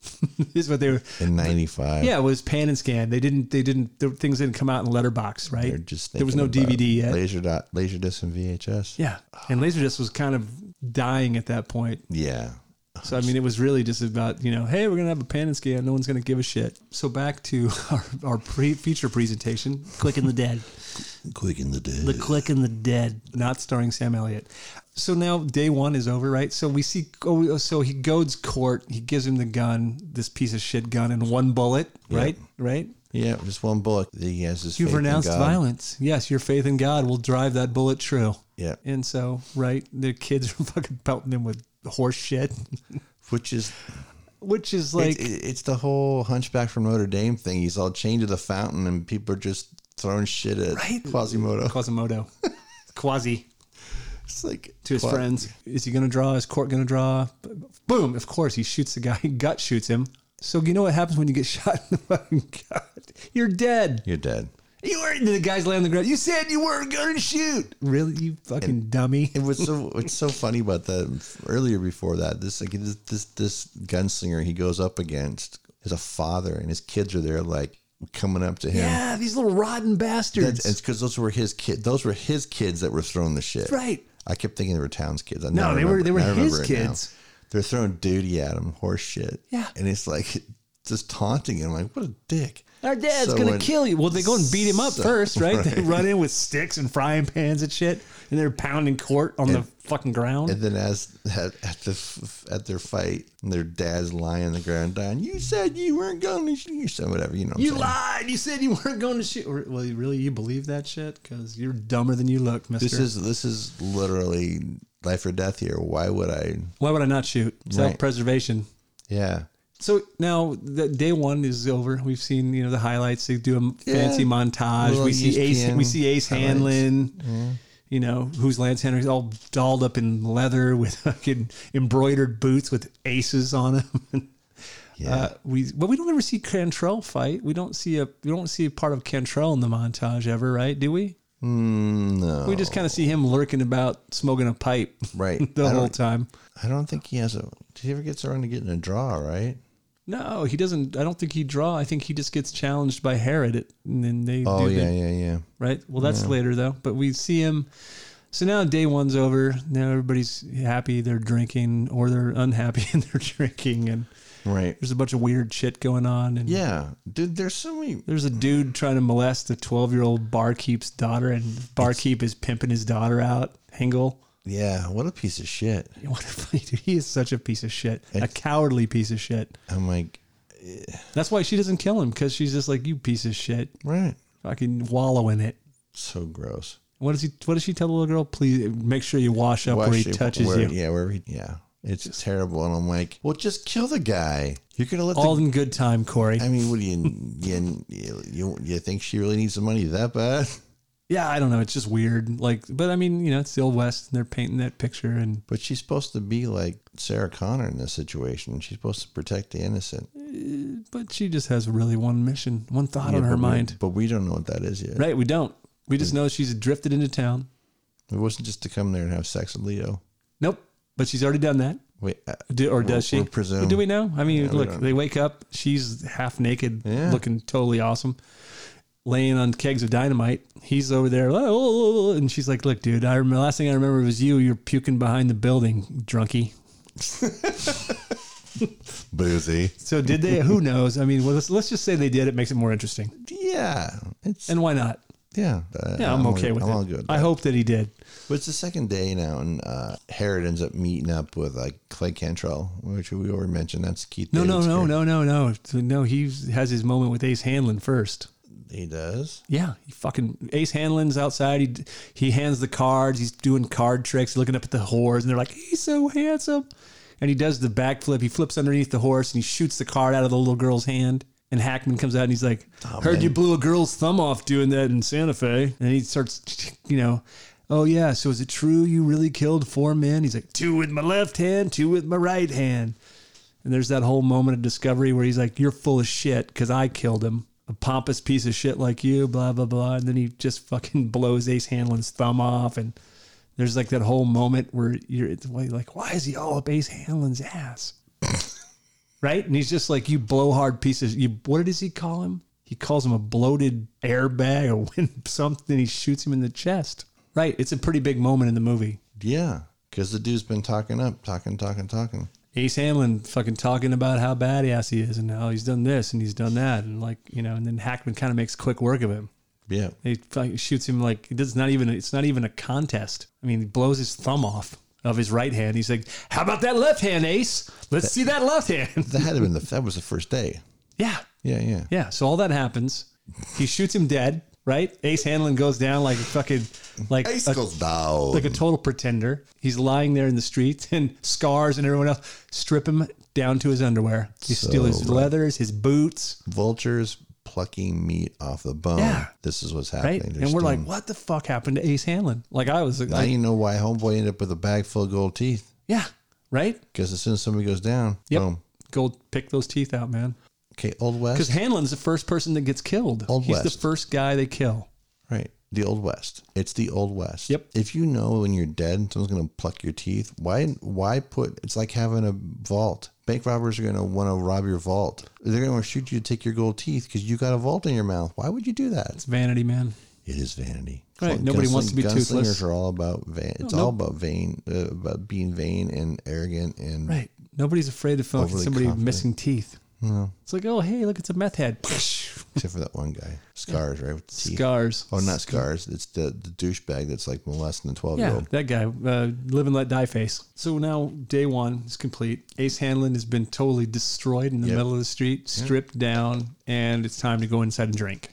is what they were. in '95. Yeah, it was pan and scan. They didn't. They didn't. The things didn't come out in letterbox, right? They're just there was no thinking about DVD yet. Laser dot, laser disc, and VHS. Yeah, and laserdisc was kind of dying at that point. Yeah, So I mean, it was really just about you know, hey, we're gonna have a pan and scan. No one's gonna give a shit. So back to our, our pre- feature presentation, Click in the Dead. quick in the day. The Click in the Dead, not starring Sam Elliott. So now day one is over, right? So we see, oh, so he goads court. He gives him the gun, this piece of shit gun, and one bullet, right? Right? Yeah, just one bullet. He has his. You've faith in renounced God. violence. Yes, your faith in God will drive that bullet true. Yeah, And so, right, the kids are fucking pelting him with horse shit, which is which is like like, it's, it's the whole Hunchback from Notre Dame thing. He's all chained to the fountain, and people are just throwing shit at Right? Quasimodo. Quasimodo, Quasi It's like to his friends. Is he going to draw? Is Court going to draw? Boom! Of course, he shoots the guy. He gut shoots him. So you know what happens when you get shot in the fucking gut? You're dead. You're dead. You were the guy's laying on the ground. You said you weren't going to shoot. Really, you fucking dummy. It was so it's so funny about that. Earlier before that, this like this this, this gunslinger he goes up against is a father, and his kids are there like coming up to him. Yeah, these little rotten bastards. It's because those were his kid. Those were his kids that were throwing the shit. right. I kept thinking they were Towns kids. I No, now they were- remember- they were now I remember his it now. kids. They're throwing duty at him, horse shit. Yeah. and it's like just taunting him, like what a dick. Our dad's So gonna when- kill you. Well, they go and beat him up So- first, right? They run in with sticks and frying pans and shit, and they're pounding court on the fucking ground. And then as at, at the f- at their fight, and their dad's lying on the ground dying. You said you weren't going to shoot. You said whatever. You know. What you I'm saying. lied. You said you weren't going to shoot. Or- Well, you- really, you believe that shit? Because you're dumber than you look, Mister. This is this is literally life or death here. Why would I? Why would I not shoot? Self-preservation. Yeah. So now that day one is over. We've seen you know the highlights. They do a fancy montage. Little We see Ace. ESPN We see Ace highlights. Hanlon. You know who's Lance Henrik's all dolled up in leather with fucking embroidered boots with aces on them. Yeah. Uh, we well, we don't ever see Cantrell fight. We don't see a we don't see a part of Cantrell in the montage ever, right? Do we? Mm, no. We just kind of see him lurking about, smoking a pipe right. the I whole don't- time. I don't think he has a. Did he ever get around to getting a draw? Right. No, he doesn't. I don't think he draw. I think he just gets challenged by Herod, at, and then they Oh do yeah, the, yeah, yeah. right. Well, that's later though. But we see him. So now day one's over. Now everybody's happy. They're drinking, or they're unhappy and they're drinking, and Right. There's a bunch of weird shit going on, and Yeah, dude. There's so many. there's a dude trying to molest a 12 year old barkeep's daughter, and barkeep is pimping his daughter out. Hingle, Yeah, what a piece of shit. what a fucking- he is such a piece of shit, a cowardly piece of shit. I'm like, That's why she doesn't kill him because she's just like you piece of shit, right. fucking wallow in it. So gross. What does he? What does she tell the little girl? Please make sure you wash up Why where he she- touches where- you. Yeah, wherever he, yeah. It's terrible. And I'm like, well, just kill the guy. You're gonna let All the. in good time, Corey. I mean, what do you, you you you think she really needs the money that bad? yeah, I don't know. It's just weird. Like, but I mean, you know, it's the old west, and they're painting that picture, and But she's supposed to be like Sarah Connor in this situation. She's supposed to protect the innocent. uh, but she just has really one mission, one thought on Yeah, but her we- mind. But we don't know what that is yet. Right? We don't. We just know she's drifted into town. It wasn't just to come there and have sex with Leo. Nope. But she's already done that, Wait, uh, Do, or We'll- does she? we'll presume. Do we know? I mean, Yeah, we look, don't. they wake up. She's half naked, Yeah. looking totally awesome, laying on kegs of dynamite. He's over there, "Oh, oh, oh," and she's like, "Look, dude, I remember, last thing I remember was you. You're puking behind the building, drunky." boozy. So did they? who knows? I mean, well, let's let's just say they did. It makes it more interesting. Yeah, it's And why not? yeah. uh, Yeah, I'm, okay all, with I'm it. all good. I hope that he did. But it's the second day now, and uh, Herod ends up meeting up with like Clay Cantrell, which we already mentioned. That's Keith. No, no, David's no, character. no, no, no, no. He has his moment with Ace Hanlon first. He does. Yeah, he fucking Ace Hanlon's outside. He he hands the cards. He's doing card tricks, looking up at the horse, and they're like, "He's so handsome." And he does the backflip. He flips underneath the horse and he shoots the card out of the little girl's hand. And Hackman comes out and he's like, "Heard you blew a girl's thumb off doing that in Santa Fe." And he starts, you know, "Oh yeah, so is it true you really killed four men?" He's like, two with my left hand, two with my right hand." And there's that whole moment of discovery where he's like, You're full of shit because I killed him. A pompous piece of shit like you, blah, blah, blah. And then he just fucking blows Ace Hanlon's thumb off. And there's like that whole moment where you're it's why- like, Why is he all up Ace Hanlon's ass? right? And he's just like, You blowhard piece of you. What does he call him? He calls him a bloated airbag or when something. He shoots him in the chest. Right. It's a pretty big moment in the movie. Yeah, because the dude's been talking up, talking, talking, talking. Ace Hamlin fucking talking about how badass he is and how he's done this and he's done that and like you know and then Hackman kind of makes quick work of him. Yeah, He fucking shoots him like it does not even it's not even a contest. I mean, he blows his thumb off of his right hand. He's like, "How about that left hand, Ace? Let's see that left hand." that had to been the that was the first day. yeah, Yeah, yeah. yeah. So all that happens. He shoots him dead. Right? Ace Hanlon goes down like a fucking like a goes down. like a total pretender. He's lying there in the streets, and Scars and everyone else strip him down to his underwear. They steal his So- leathers, his boots, Vultures plucking meat off the bone. Yeah. This is what's right? happening. and we're like, what the fuck happened to Ace Hanlon? Like I was, now like, you know why homeboy ended up with a bag full of gold teeth. yeah, right? Because as soon as somebody goes down, Yep. boom. Go pick those teeth out, man. Okay, Old Because West. Hanlon's the first person that gets killed. Old He's the West. first guy they kill. Right. The Old West. It's the Old West. Yep. If you know when you're dead, someone's gonna pluck your teeth. Why? Why put? It's like having a vault. Bank robbers are gonna want to rob your vault. They're gonna want to shoot you to take your gold teeth because you got a vault in your mouth. Why would you do that? It's vanity, man. It is vanity. Right, nobody wants to be toothless. Gunslingers are all about vain. It's all about vain, uh, about being vain and arrogant and Right. Nobody's afraid of fucking Overly somebody confident. missing teeth. It's like, oh, hey, look, it's a meth head. except for that one guy, scars, right? With the teeth. Scars. Oh, not scars. It's the the douchebag that's like molesting the twelve year Yeah, old. that guy, uh, live and let die face. So now day one is complete. Ace Hanlon has been totally destroyed in the middle of the street, stripped down, and it's time to go inside and drink.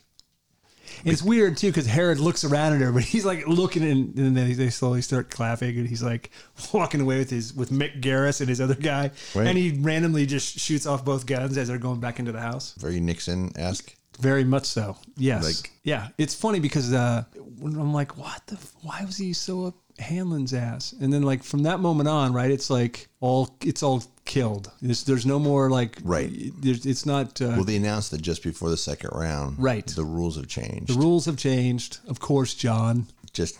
And it's weird too because Herod looks around at her, but he's like looking, and, and then they slowly start clapping, and he's like walking away with his with Mick Garris and his other guy, Right. and he randomly just shoots off both guns as they're going back into the house. Very Nixon esque. Very much so. Yes. Like- yeah. It's funny because uh, when I'm like, what the? f- Why was he so up Hanlon's ass? And then like from that moment on, right? It's like all it's all killed. There's, there's no more like Right. There's, it's not. Uh, Well, they announced that just before the second round. Right. The rules have changed. the rules have changed, of course, John. just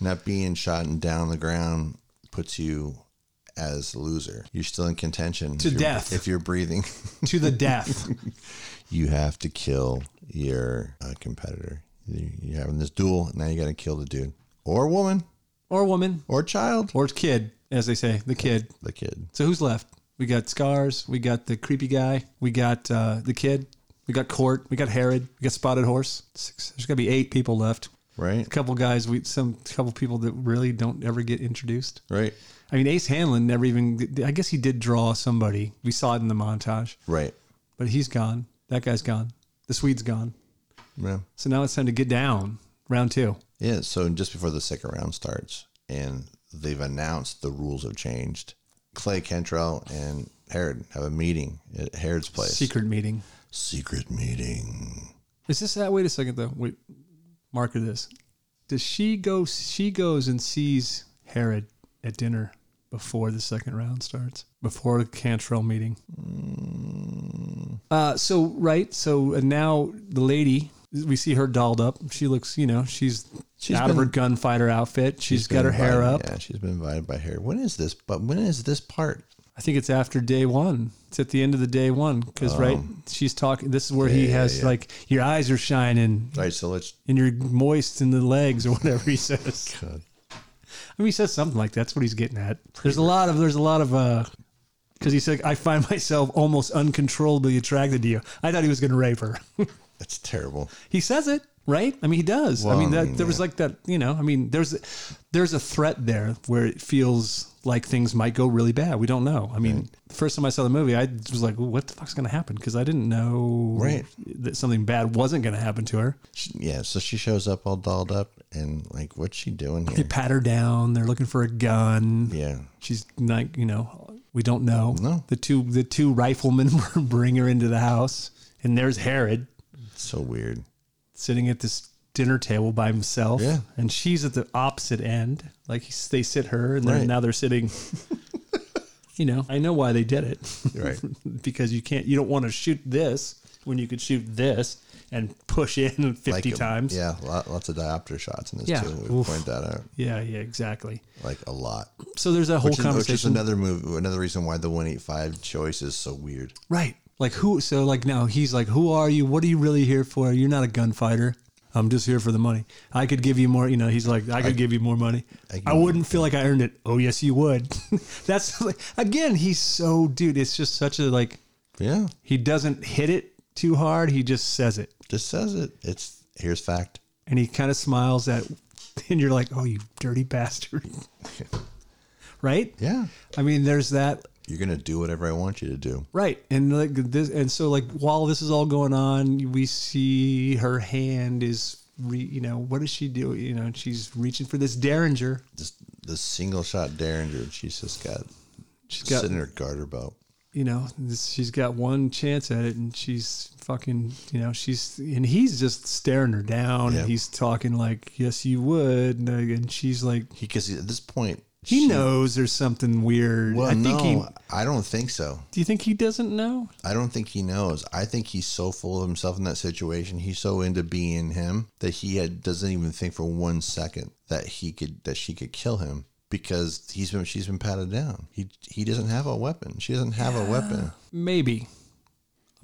not being shot and down on the ground puts you as a loser. You're still in contention To if you're- death. If you're breathing, To the death. you have to kill your uh, competitor. You- You're having this duel. Now you got to kill the dude or woman or woman. or child Or kid, as they say. The kid. the kid. So who's left? We got Scars. We got the creepy guy. We got uh, the kid. We got Court. We got Herod. We got Spotted Horse. Six, there's gonna be eight people left. right? A couple guys. We some couple people that really don't ever get introduced. Right, I mean, Ace Hanlon never even. I guess he did draw somebody. We saw it in the montage, right. but he's gone. That guy's gone. The Swede's gone. Yeah. So now it's time to get down. Round two. Yeah, so just before the second round starts, and they've announced the rules have changed. Clay Kentrell and Herod have a meeting at Herod's place. Secret meeting. Secret meeting. Is this that? Wait a second, though. Wait, marker this. Does she go? She goes and sees Herod at dinner before the second round starts, before the Cantrell meeting. Mm. Uh, so right, so and now the lady, we see her dolled up. She looks, you know, she's, She's out of her gunfighter outfit. she's got her been hair up. invited- Yeah, she's been invited by Herod. When is this? But when is this part? I think it's after day one. It's at the end of the day one because right, Oh. she's talking. This is where he has like your eyes are shining. All right, so let's. and you're moist in the legs or whatever he says. God. I mean, he says something like that's what he's getting at. There's a lot of there's a lot of uh because he said I find myself almost uncontrollably attracted to you. I thought he was going to rape her. That's terrible. he says it right. I mean, he does. I mean, that, there was like that. You know, I mean, there's there's a threat there where it feels like things might go really bad. We don't know. I mean, the first time I saw the movie, I was like, what the fuck's going to happen? Because I didn't know Right. that something bad wasn't going to happen to her. She- yeah, so she shows up all dolled up and like, what's she doing They here? pat her down. They're looking for a gun. yeah, She's like, you know, we don't know. No. The two the two riflemen bring her into the house, and there's Herod it's so weird. sitting at this dinner table by himself. Yeah. And she's at the opposite end. Like he's, they sit her, and then Right. now they're sitting. you know, I know why they did it. Right. because you can't. You don't want to shoot this when you could shoot this and push in fifty Like, times. Yeah, lot, lots of diopter shots in this Yeah. too. We Oof. point that out Yeah. Yeah. Exactly. like a lot. So there's that whole Which is, which conversation. is another move, another reason why the one eight five choice is so weird. Right. Like who? So like now he's like, who are you? What are you really here for? You're not a gunfighter. I'm just here for the money. I could give you more. You know, he's like, I could give you more money. I- I, wouldn't feel like I earned it. Oh yes, you would. That's like, again, he's so dude. It's just such a like. Yeah, He doesn't hit it too hard. He just says it, just says it. It's here's fact. and he kind of smiles at. And you're like, oh, you dirty bastard. right. Yeah, I mean, there's that you're gonna do whatever I want you to do. Right, and like this, and so like while this is all going on, we see her hand is, re, you know, what does she do? You know, she's reaching for this derringer. Just the single shot Derringer. She's just got She's got, sitting in her garter belt. you know, this, she's got one chance at it, and she's fucking, you know, she's and he's just staring her down, Yeah. and he's talking like, "Yes, you would," and, and she's like, Because at this point, he she- knows there's something weird. Well, I think no, he. I don't think so. Do you think he doesn't know? I don't think he knows. I think he's so full of himself in that situation. He's so into being him that he had, doesn't even think for one second that he could that she could kill him because he's been she's been patted down. He he doesn't have a weapon. She doesn't have a weapon. Maybe.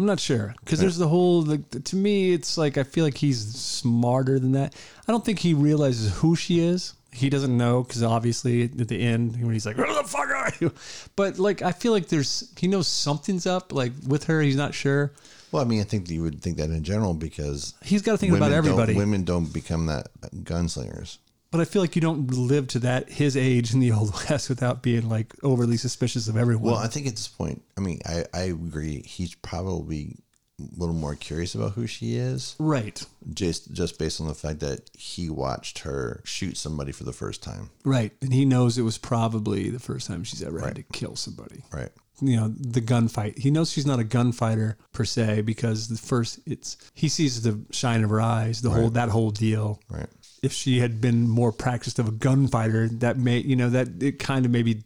I'm not sure because there's the whole. Like, to me, it's like I feel like he's smarter than that. I don't think he realizes who she is. He doesn't know because obviously at the end when he's like, "Who the fuck are you?" But like, I feel like there's he knows something's up. Like with her, he's not sure. Well, I mean, I think that you would think that in general because He's got to think about don't- everybody. women don't become that gunslingers. But I feel like you don't live to that his age in the old west without being like overly suspicious of everyone. Well, I think at this point, I mean, I I agree. He's probably a little more curious about who she is right, just just based on the fact that he watched her shoot somebody for the first time. right, and he knows it was probably the first time she's ever had to kill somebody. Right. you know the gunfight. He knows she's not a gunfighter per se because the first it's he sees the shine of her eyes, the whole that whole deal. Right. If she had been more practiced of a gunfighter, that may you know that it kind of maybe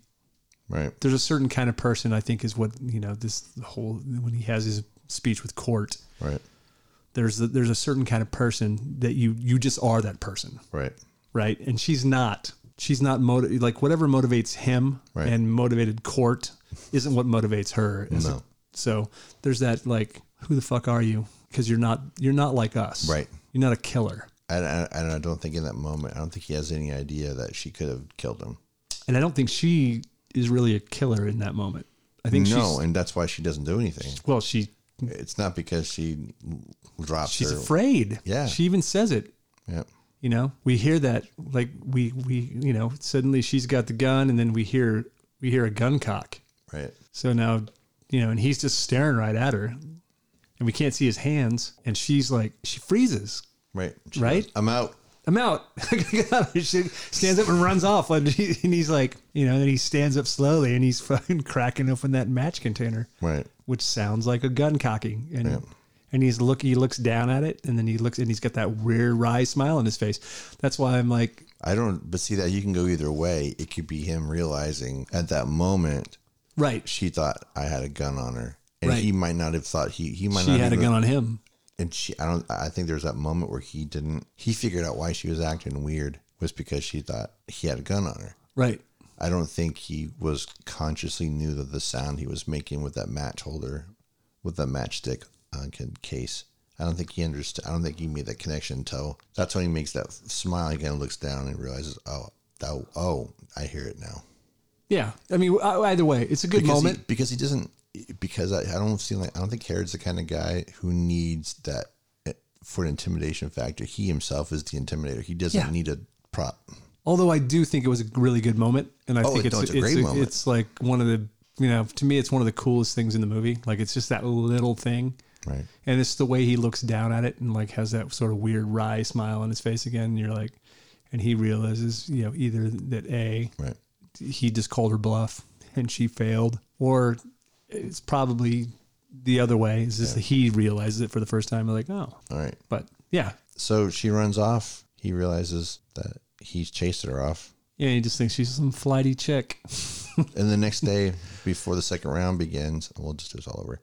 Right. there's a certain kind of person I think is what you know this whole when he has his speech with court. Right. There's a, there's a certain kind of person that you you just are that person Right. right? And she's not. She's not motiv- like whatever motivates him Right. and motivated Court isn't what motivates her. is No. it? So there's that like, who the fuck are you? Because you're not you're not like us. Right. You're not a killer. And I, and I don't think in that moment, I don't think he has any idea that she could have killed him. And I don't think she is really a killer in that moment. I think no, she's and that's why she doesn't do anything. well, she It's not because she drops she's her. afraid. Yeah. She even says it. yeah. You know, we hear that like we we you know suddenly she's got the gun, and then we hear we hear a gun cock. Right. So now, you know, and he's just staring right at her, and we can't see his hands, and she's like she freezes. Right. She Right? goes, I'm out. I'm out. she stands up and runs off, and, he, and he's like, you know, and he stands up slowly, and he's fucking cracking open that match container, Right. which sounds like a gun cocking, and and he's look he looks down at it, and then he looks and he's got that weird wry smile on his face. That's why I'm like, I don't, but see that you can go either way. It could be him realizing at that moment right, she thought I had a gun on her, and Right. he might not have thought he he might she not had a even, gun on him. And she, I don't. I think there's that moment where he didn't. He figured out why she was acting weird was because she thought he had a gun on her. Right, I don't think he was consciously knew that the sound he was making with that match holder, with the matchstick uh, ca- case. I don't think he understood. I don't think he made that connection until that's when he makes that smile again, looks down and realizes, oh, that, oh, I hear it now. yeah. I mean, e- either way, it's a good Because moment. he, because he doesn't because I, I don't see like I don't think Herod's the kind of guy who needs that eh, for an intimidation factor. He himself is the intimidator. He doesn't Yeah. need a prop. Although I do think it was a really good moment, and I Oh, think it- it's no, it's, it's a great moment. it's like one of the you know to me it's one of the coolest things in the movie. Like it's just that little thing, Right. and it's the way he looks down at it and like has that sort of weird wry smile on his face again. And you're like, and he realizes you know either that a Right. he just called her bluff and she failed, or it's probably the other way is just that he realizes it for the first time. Like oh, All right. but yeah, So she runs off. He realizes that he's chased her off. yeah, he just thinks she's some flighty chick. And the next day, before the second round begins, and we'll just do this all over.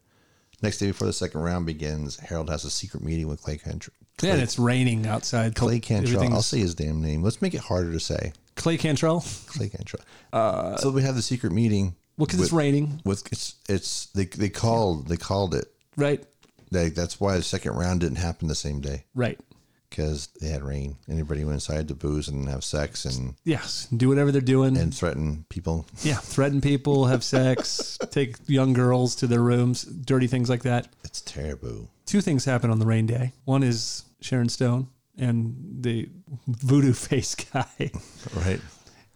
Next day, before the second round begins, Harold has a secret meeting with Clay Cantrell. Yeah, and it's raining outside. Clay Cantrell. I'll Everything's- say his damn name. Let's make it harder to say. Clay Cantrell. Clay Cantrell. so we have the secret meeting. Uh, Well, because it's with- raining, with it's it's they they called they called it. right? They, that's why the second round didn't happen the same day Right. because they had rain. Anybody went inside to booze and have sex and Yes. Do whatever they're doing. and threaten people. yeah. Threaten people, have sex, take young girls to their rooms, dirty things like that. It's terrible. Two things happen on the rain day. One is Sharon Stone and the voodoo face guy, Right.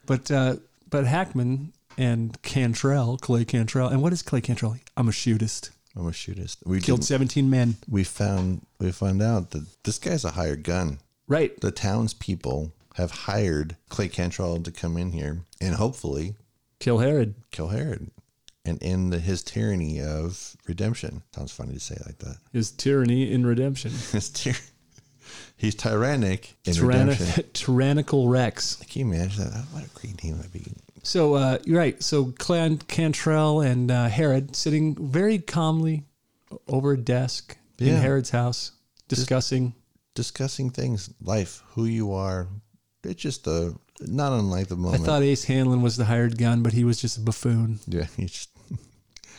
but uh, but Hackman and Cantrell, Clay Cantrell, and what is Clay Cantrell? I'm a shootist. I'm a shootist. We Killed didn't- 17 men. we found we found out that this guy's a hired gun. Right. The townspeople have hired Clay Cantrell to come in here and hopefully Kill Herod. kill Herod and end the, his tyranny of redemption. Sounds funny to say it like that. His tyranny in redemption. His tyr- He's tyrannic in redemption. Tyranni- tyrannical Rex. Can you imagine that? What a great name that'd be. So uh, you're right. So Clan Cantrell and uh, Herod sitting very calmly over a desk in Yeah. Herod's house, discussing. Discussing things, life, who you are. It's just a not unlike the I moment. thought Ace Hanlon was the hired gun, but he was just a buffoon. yeah, he's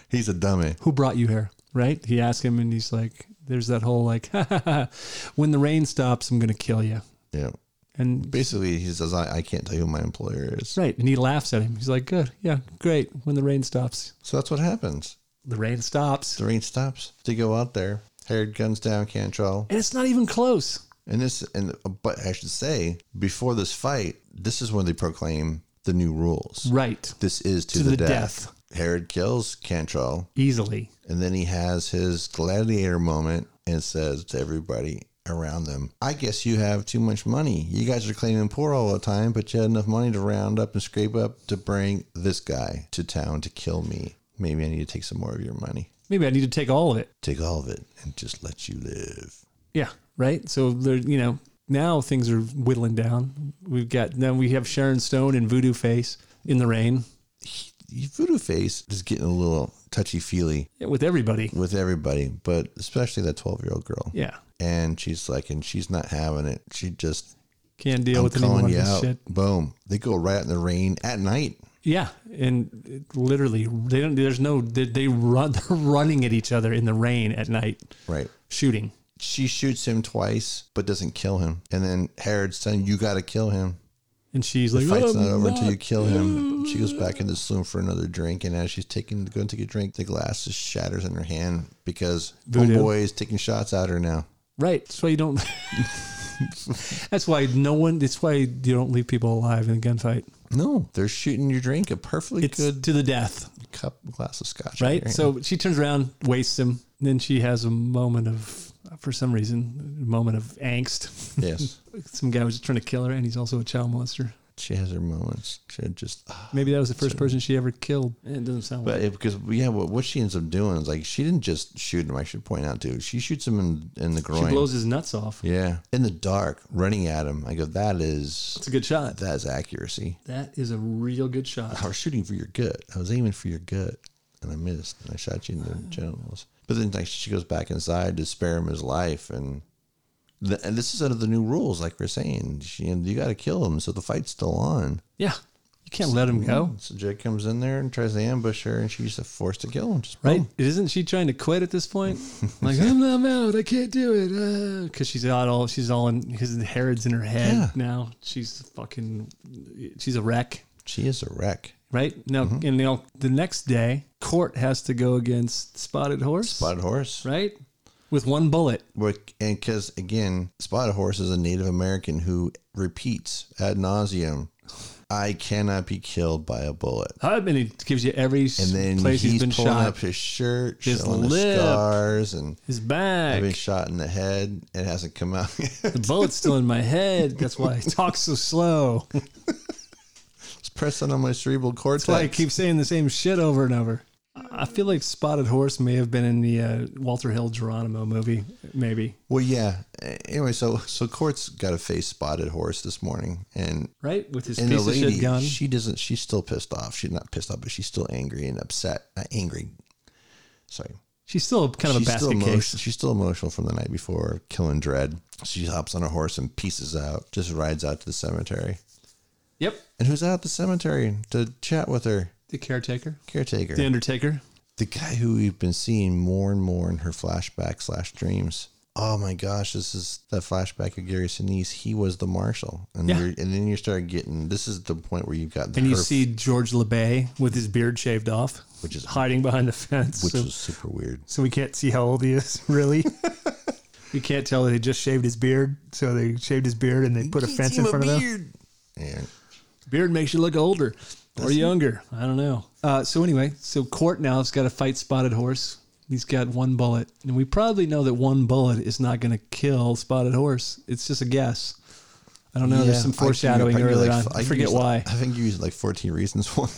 he's a dummy. Who brought you here? Right? He asked him, and he's like, "There's that whole like, when the rain stops, I'm gonna kill you." Yeah. And Basically, he says, I, I can't tell you who my employer is. right, and he laughs at him. He's like, "Good, yeah, great. When the rain stops, So that's what happens. the rain stops." The rain stops. They go out there. Herod guns down Cantrell. And it's not even close. And this, and but I should say, before this fight, this is when they proclaim the new rules. Right. This is to, the, death. Herod kills Cantrell, Easily. and then he has his gladiator moment and says to everybody around them, "I guess you have too much money. You guys are claiming poor all the time, but you had enough money to round up and scrape up to bring this guy to town to kill me. Maybe I need to take some more of your money." Maybe I need to take all of it. take all of it and just let you live. Yeah. Right. So there, you know, now things are whittling down. We've got now we have Sharon Stone and Voodoo Face in the rain Voodoo Face is getting a little touchy feely yeah, with everybody. with everybody, but especially that 12 year old girl. Yeah. And she's like, and she's not having it. She just Can't deal I'm with any more calling of you this out. shit. Boom. They go right out in the rain at night. Yeah, and it, literally, they don't. There's no. They, they run. They're running at each other in the rain at night, Right. shooting. She shoots him twice, but doesn't kill him. And then Herod's saying, You got to kill him. And she's The like, "Oh, fight's "I'm not over until you kill him. She goes back into the saloon for another drink, and as she's taking to go and take a drink, the glass just shatters in her hand because Voodoo. homeboy is taking shots at her now. Right. That's why you don't. that's why no one. That's why you don't leave people alive in a gunfight. No, they're shooting your drink, a perfectly It's good to the death. cup glass of scotch. in your Right. hand. So she turns around, wastes him. and Then she has a moment of, for some reason, a moment of angst. yes, Some guy was just trying to kill her, and he's also a child molester. she has her moments. She had just, ah. Maybe that was the first person she ever killed. It doesn't sound like but it, because yeah, what, what she ends up doing is like she didn't just shoot him. I should point out too, she shoots him in in the groin. she blows his nuts off. yeah, in the dark, running at him. I go, that is It's a good shot. that is accuracy. That is a real good shot. I was shooting for your gut. I was aiming for your gut, and I missed, and I shot you in Mm. the genitals. But then, like, she goes back inside to spare him his life, and th- and this is under the new rules, like we're saying. She, and you got to kill him, so the fight's still on. Yeah. You can't let him go. Mm-hmm. So Jake comes in there and tries to ambush her, and she's forced to kill him. Just Right? boom. Isn't she trying to quit at this point? like I'm, I'm out. I can't do it because she's out all. She's all in. His Herod's in her head Yeah. now. She's fucking. She's a wreck. She is a wreck. Right now, Mm-hmm. and you know, the next day, Court has to go against Spotted Horse. Spotted horse, Right, with one bullet. But- and because again, Spotted horse is a Native American who repeats ad nauseum, "I cannot be killed by a bullet." I mean, it gives you every And then place he's, he's been pulling shot. up his shirt, His showing lip. the scars, and his back. I've been shot in the head. It hasn't come out. yet. the bullet's still in my head. That's why I talk so slow. That's it's pressing on my cerebral cortex. why I keep saying the same shit over and over. I feel like Spotted Horse may have been in the uh, Walter Hill Geronimo movie, maybe. well, yeah. A- Anyway, so so Court's got a face spotted horse this morning, and Right with his and the piece of lady, shit gun. she doesn't. She's still pissed off. She's not pissed off, but she's still angry and upset. Not angry. Sorry. She's still kind of a she's still basket case. emotional. She's still emotional from the night before killing Dread. She hops on a horse and pieces out. Just rides out to the cemetery. Yep, And who's out at the cemetery to chat with her? the caretaker, Caretaker. the Undertaker. The guy who we've been seeing more and more in her flashback slash dreams. Oh my gosh, this is that flashback of Gary Sinise. He was the marshal. And Yeah. you're, and then you start getting this is the point where you've got the And you her- see George LeBay with his beard shaved off, Which is- hiding behind the fence. which so, was super weird. so we can't see how old he is, really. we can't tell that he just shaved his beard. So they shaved his beard and they put a fence in front of him. Yeah. Beard makes you look older or younger. I don't know. Uh, so anyway, so Court now has got to fight Spotted Horse. He's got one bullet, and we probably know that one bullet is not going to kill Spotted Horse. It's just a guess. I don't know. Yeah, There's some I can- foreshadowing I can earlier like- on. I, can forget use- why. I think you used like 14 reasons why.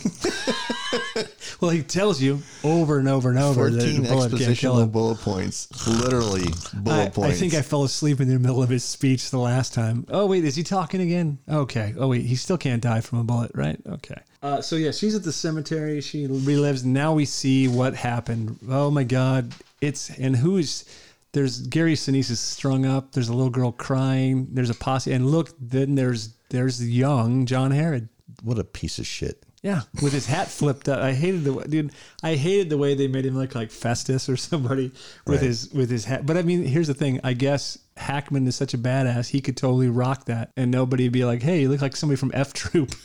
Well, he tells you over and over and over that 14 the bullet can't kill expositional him. bullet points. Literally bullet I, I points. think I fell asleep in the middle of his speech the last time. Oh wait, is he talking again? Okay. Oh wait, he still can't die from a bullet, right? Okay. Uh, so yeah, she's at the cemetery. She relives. Now we see what happened. Oh my God! It's and who is there's Gary Sinise is strung up. There's a little girl crying. There's a posse, and look, then there's there's young John Herod. what a piece of shit. Yeah, with his hat flipped up. I hated the dude. I hated the way they made him look like Festus or somebody Right. with his with his hat. But I mean, here's the thing. I guess Hackman is such a badass. He could totally rock that, and nobody would be like, "Hey, you look like somebody from F Troop."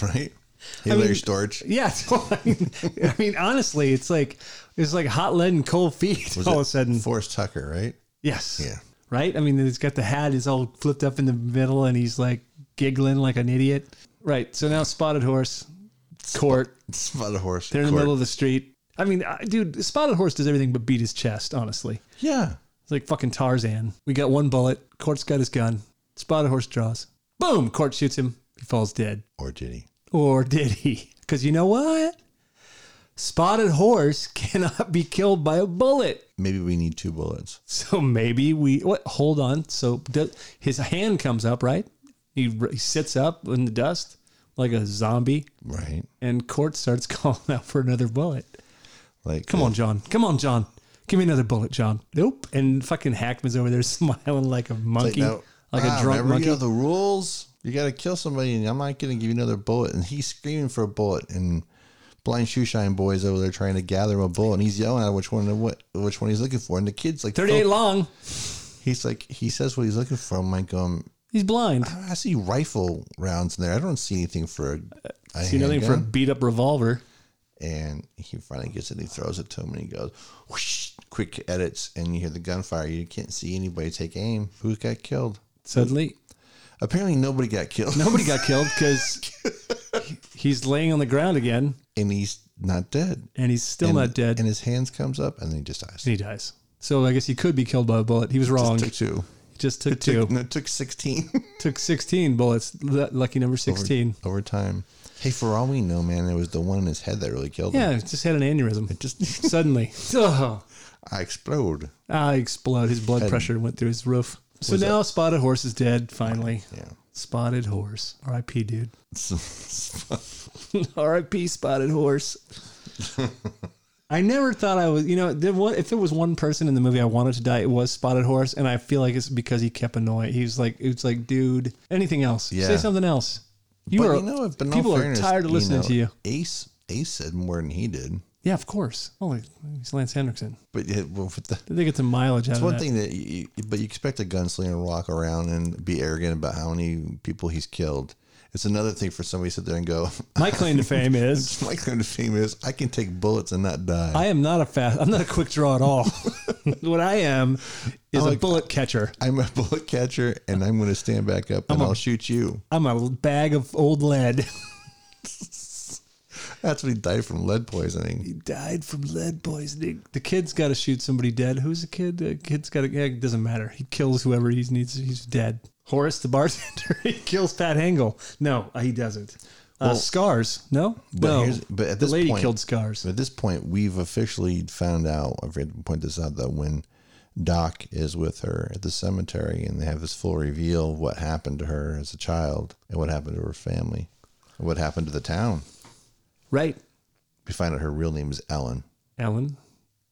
Right? Hey, Larry mean- Storch. yeah. so, I, mean, I mean, honestly, it's like it's like hot lead and cold feet Was all it of a sudden. Forrest Tucker, right? yes. Yeah. Right. I mean, he's got the hat. He's all flipped up in the middle, and he's like giggling like an idiot. Right. So now Spotted Horse, Court. Spotted horse. They're in the court. middle of the street. I mean, I, dude, Spotted Horse does everything but beat his chest, honestly. Yeah. It's like fucking Tarzan. We got one bullet. Court's got his gun. Spotted Horse draws. Boom! Court shoots him. He falls dead. Or did he? Or did he? Because you know what? Spotted Horse cannot be killed by a bullet. Maybe we need two bullets. So maybe we. What? Hold on. So does, his hand comes up, right? He, he sits up in the dust like a zombie, Right. and Court starts calling out for another bullet. Like Come on, John. Come on, John. Give me another bullet, John. Nope. And fucking Hackman's over there smiling like a Like, monkey, like, no, a ah, drunk remember, monkey. You know the rules. You got to kill somebody, and I'm not going to give you another bullet. And he's screaming for a bullet, and blind shoeshine boys over there trying to gather him a bullet, and he's yelling at which one and what which one he's looking for. And the kid's like, Thirty-eight "Oh." long. He's like, he says what he's looking for. I'm like, um, He's blind. I I see rifle rounds in there. I don't see anything for a, a Uh, See nothing for a handgun. beat up revolver. and he finally gets it. And he throws it to him, and he goes, whoosh, quick edits, and you hear the gunfire. You can't see anybody take aim. Who got killed? Suddenly, Apparently, nobody got killed, nobody got killed because he's laying on the ground again, and he's not dead. and he's still and, not dead, and And his hands comes up, and then he just dies. he dies. So I guess he could be killed by a bullet. He was wrong. Took two. Just took two. Took, no, took sixteen Took sixteen bullets. Lu- Lucky number sixteen. over time. Hey, for all we know, man, it was the one in his head that really killed him. Yeah, just had an aneurysm. Just Suddenly, oh, I explode. I explode. Ah, His blood pressure went through his roof. So now Spotted Horse is dead. Finally, Yeah. Spotted Horse. R.I.P. Dude. So- R.I.P. Spotted Horse. I never thought I was, you know, there was, if there was one person in the movie I wanted to die, it was Spotted Horse, and I feel like it's because he kept annoying. He was like, it's like, dude, anything else? Yeah. Say something else. You but are, you know, if- but in all people fairness, are tired of listening know, to you. Ace, Ace said more than he did. Yeah, of course. Holy, he's Lance Hendrickson. But yeah, well, with the, Did they get some mileage out it's of one that? thing that, you, you- but you expect a gunslinger to walk around and be arrogant about how many people he's killed. It's another thing for somebody to sit there and go, My claim to fame is "My claim to fame is I can take bullets and not die." I am not a fast. I'm not a quick draw at all. what I am is a like- bullet catcher. I'm a bullet catcher, and I'm going to stand back up and i I'll shoot you. I'm a bag of old lead. That's when he died from lead poisoning. He died from lead poisoning. The kid's got to shoot somebody dead. Who's the kid? The kid's got to. Yeah, it doesn't matter. He kills whoever he needs. He's dead. Horace the bartender. he kills Pat Engel. No, he doesn't. Uh, scars. No, no. here's- but at the this lady point- killed Scars. At this point, we've officially found out. I've had to point this out that when Doc is with her at the cemetery and they have this full reveal of what happened to her as a child and what happened to her family and what happened to the town, Right, we find out her real name is Ellen, Ellen.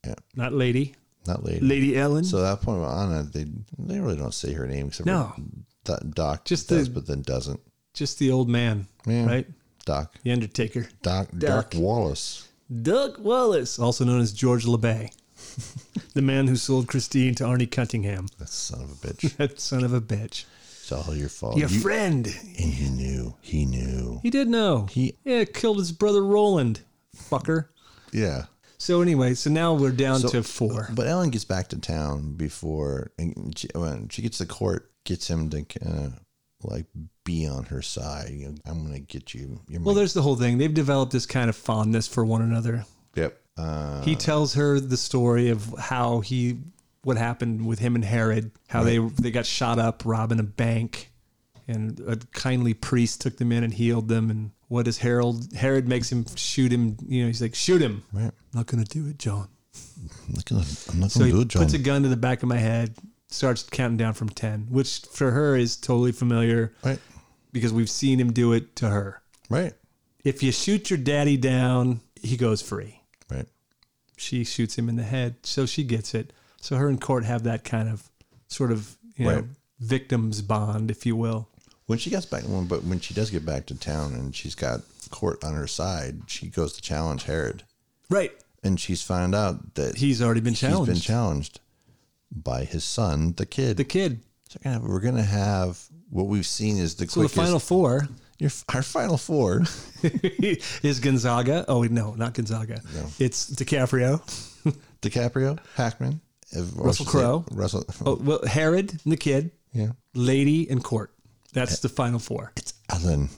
Yeah. Not lady. not Lady. Lady Ellen. So at that point, Anna, they they really don't say her name except No. for Do- Doc Just just the- does, but then doesn't. Just the old man. Yeah. Right. Doc. The Undertaker. Doc, Doc Wallace. Doug Wallace, also known as George LeBay, the man who sold Christine to Arnie Cunningham. That son of a bitch. That son of a bitch. It's all your fault. Your You- friend. and he knew. He knew. He did know. He- yeah killed his brother Roland, fucker. Yeah. So anyway, so now we're down to four. But Ellen gets back to town before and she, when she gets to court, gets him to kind of like be on her side. You know, I'm gonna get you. You're Well, my, there's the whole thing. They've developed this kind of fondness for one another. yep. Uh, He tells her the story of how he, what happened with him and Herod, how they they got shot up robbing a bank, and a kindly priest took them in and healed them. And what does Harold? Herod makes him shoot him. You know, he's like, shoot him. right. Not gonna do it, John. I'm not gonna. I'm not So gonna he do it, John. puts a gun to the back of my head, starts counting down from ten, which for her is totally familiar right. because we've seen him do it to her. Right. If you shoot your daddy down, he goes free. Right. she shoots him in the head, so she gets it. So her and Court have that kind of sort of you know Right. victims bond, if you will. When she gets back, well, but when she does get back to town and she's got court on her side, she goes to challenge Herod, Right. and she's found out that He's already been he's challenged. been challenged by his son, the kid. the kid. So yeah, we're gonna have what we've seen is the So quickest. the final four your, our final four. is Gonzaga. Oh no, not Gonzaga. It's DiCaprio. DiCaprio, Hackman, if- or Russell should I say Crowe. Russell. Oh, well, Herod and the kid, Yeah, Lady and Court. That's the final four. it's Ellen.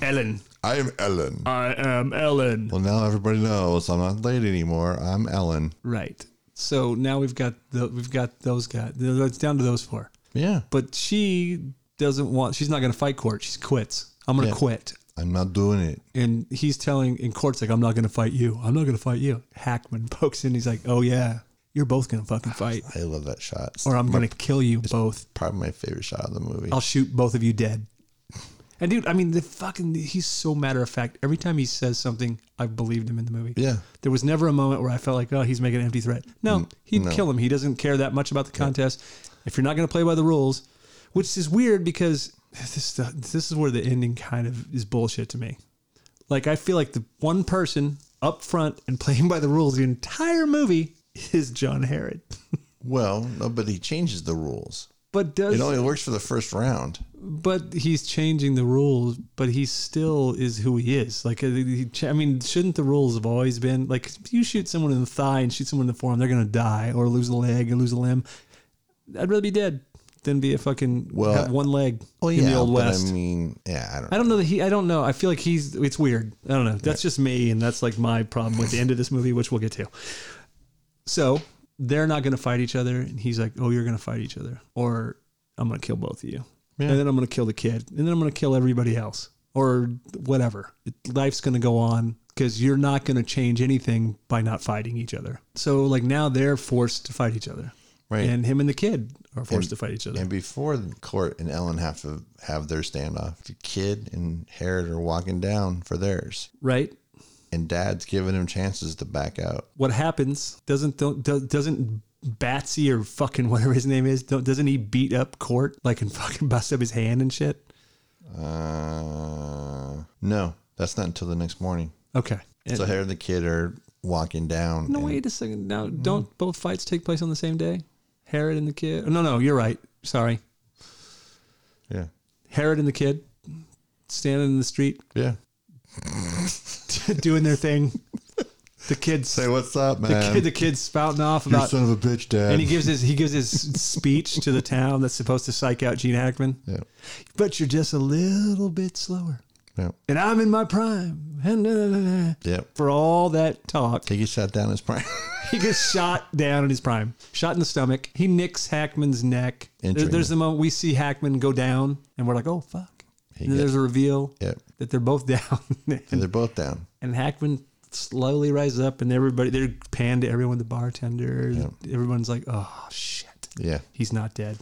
Eh. Ellen. I am Ellen. I am Ellen. Well, now everybody knows I'm not late anymore. I'm Ellen. Right. So now we've got the we've got those guys. It's down to those four. Yeah, but she doesn't want she's not going to fight court she quits i'm going to Yeah. quit I'm not doing it. and he's telling in court's like i'm not going to fight you i'm not going to fight you hackman pokes in he's like oh yeah you're both going to fucking fight I love that shot. It's or i'm going to kill you both probably my favorite shot of the movie. i'll shoot both of you dead and dude i mean the fucking he's so matter of fact every time he says something i believed him in the movie yeah, there was never a moment where i felt like oh he's making an empty threat no he'd Mm, no. kill him he doesn't care that much about the contest if you're not going to play by the rules which is weird because this this is where the ending kind of is bullshit to me. Like I feel like the one person up front and playing by the rules the entire movie is John Herod, well, no, but he changes the rules. but It does only works for the first round. but he's changing the rules, but he still is who he is. Like, uh, he, cha- I mean, shouldn't the rules have always been like, if you shoot someone in the thigh and shoot someone in the forearm, they're going to die or lose a leg or lose a limb. I'd rather be dead than be a fucking Well, have one leg Well, in yeah, the old but west. I mean, yeah, I don't. I don't know that he. I don't know. I feel like he's. It's weird. I don't know. That's just me, and that's like my problem with the end of this movie, which we'll get to. So they're not going to fight each other, and he's like, "Oh, you're going to fight each other, or I'm going to kill both of you, and then I'm going to kill the kid, and then I'm going to kill everybody else, or whatever. It, life's going to go on." Because you're not going to change anything by not fighting each other. So, like, now they're forced to fight each other. Right. And him and the kid are forced to fight each other. And before the court and Ellen have to have their standoff, the kid and Herod are walking down for theirs, right? and Dad's giving him chances to back out. what happens doesn't don't, do- doesn't Batsy or fucking whatever his name is don't, doesn't he beat up Court like and fucking bust up his hand and shit? Uh, no, that's not until the next morning. Okay. And- So Herod and the kid are walking down. no, and- wait a second. Now, don't both fights take place on the same day? Herod and the kid. No, no, you're right. Sorry, Yeah, Herod and the kid standing in the street yeah. doing their thing. The kids, Say what's up, the man. kid, the kids spouting off you about son of a bitch, Dad. And he gives his he gives his speech to the town that's supposed to psych out Gene Hackman. Yeah. But you're just a little bit slower. yeah, And I'm in my prime. And da, da, da, da. yep. For all that talk, He gets shot down his prime. he gets shot down in his prime, shot in the stomach. He nicks Hackman's neck. There- Injury. there's the moment we see Hackman go down, and we're like, oh fuck. He and then got- there's a reveal yep. that they're both down, And and, they're both down. and Hackman slowly rises up, and everybody they're panned to everyone, the bartender, everyone's like, oh shit Yeah. he's not dead.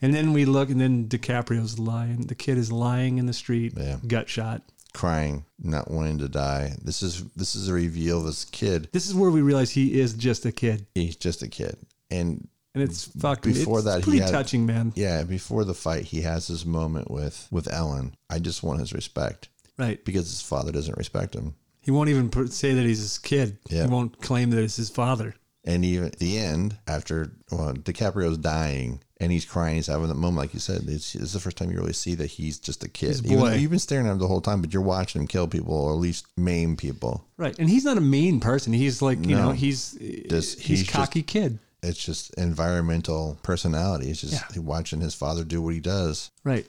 And then we look, and then DiCaprio's lying. The kid is lying in the street, Yeah. gut shot. Crying, not wanting to die. This is this is a reveal of this kid. This is where we realize he is just a kid, He's just a kid. And and it's fucking. Before it's that, he pretty had- touching, man. yeah, before the fight, he has this moment with with Ellen. I just want his respect Right? because his father doesn't respect him. He won't even pr- say that he's his kid. Yeah. He won't claim that it's his father. And even at the end, after well, DiCaprio's dying and he's crying, he's having that moment, like you said, it's, it's the first time you really see that he's just a kid. a Even though boy. you've been staring at him the whole time, but you're watching him kill people or at least maim people. Right? And he's not a mean person. He's like, you No. know, he's Just- he's, he's just- cocky kid. It's just environmental personality. It's just watching his father do what he does. Right?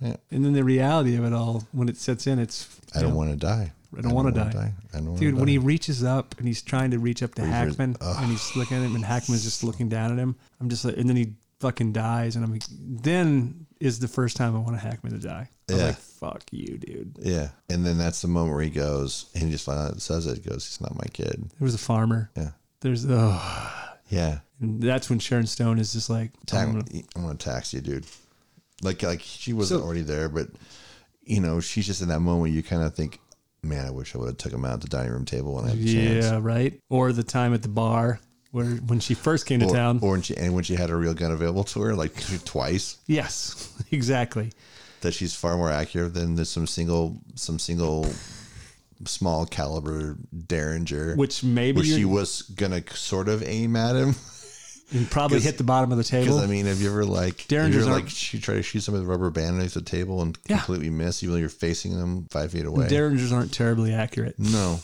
Yeah. And then the reality of it all, when it sets in, it's I don't want to die. I don't wanna wanna die. I don't want Dude, to when die. he reaches up and he's trying to reach up to Hackman and he's looking at him and Hackman's just looking down at him. I'm just like, and then he fucking dies. And I'm like, then is the first time I want a Hackman to die. I was Yeah. like, fuck you, dude. Yeah. And then that's the moment where he goes and he just flat out says it, he goes, He's not my kid. There was a farmer. Yeah. There's, oh, Yeah. and that's when Sharon Stone is just like, Tax- I'm I'm gonna- gonna, tax you, dude. Like like she wasn't So- already there, but you know, she's just in that moment you kinda think, Man, I wish I would have took him out at the dining room table when I had a chance. yeah, right. Or the time at the bar where when she first came to Or, town. or when she and when she had a real gun available to her, like twice, yes, exactly. that she's far more accurate than this some single some single small caliber Derringer. Which maybe where she you was gonna sort of aim at him. probably hit the bottom of the table. Because I mean, have you ever like have you Derringers ever, aren't- like she try to shoot somebody with a rubber band underneath the table and Yeah. completely miss, even though you're facing them five feet away? Derringers aren't terribly accurate. no,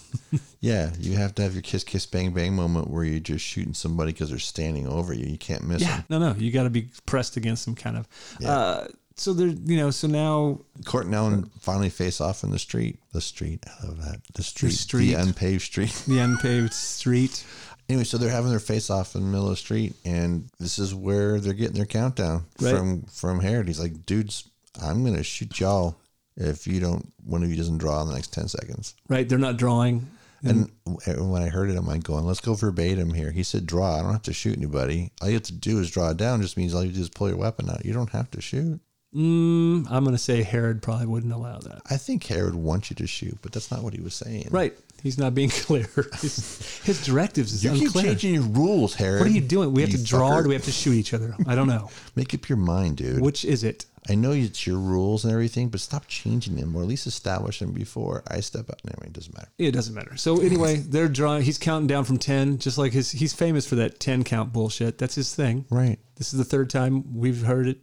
yeah, you have to have your kiss, kiss, bang, bang moment where you're just shooting somebody because they're standing over you. You can't miss Yeah, them. no, no, you got to be pressed against them, kind of. Uh, so there, you know, so now Court and Ellen finally face off in the street. The street, I love that. The street, the, street. unpaved street. the unpaved street. anyway, so they're having their face off in the middle of the street, and this is where they're getting their countdown Right. from from Herod. He's like, dudes, I'm gonna shoot y'all if you don't one of you doesn't draw in the next ten seconds. Right, they're not drawing. And when I heard it, I'm like going, let's go verbatim here. He said, draw. I don't have to shoot anybody. All you have to do is draw it down. Just means all you do is pull your weapon out. You don't have to shoot. Mm, I'm going to say Herod probably wouldn't allow that. I think Herod wants you to shoot, but that's not what he was saying. Right, he's not being clear. His, his directives is You keep unclear. changing your rules, Herod. What are you doing? We have You to draw or fucker. do we have to shoot each other? I don't know. Make up your mind, dude. Which is it? I know it's your rules and everything, but stop changing them or at least establish them before I step out. Anyway, it doesn't matter. It doesn't matter. So anyway, they're drawing. He's counting down from ten, just like his. He's famous for that ten count bullshit. That's his thing. Right. This is the third time we've heard it.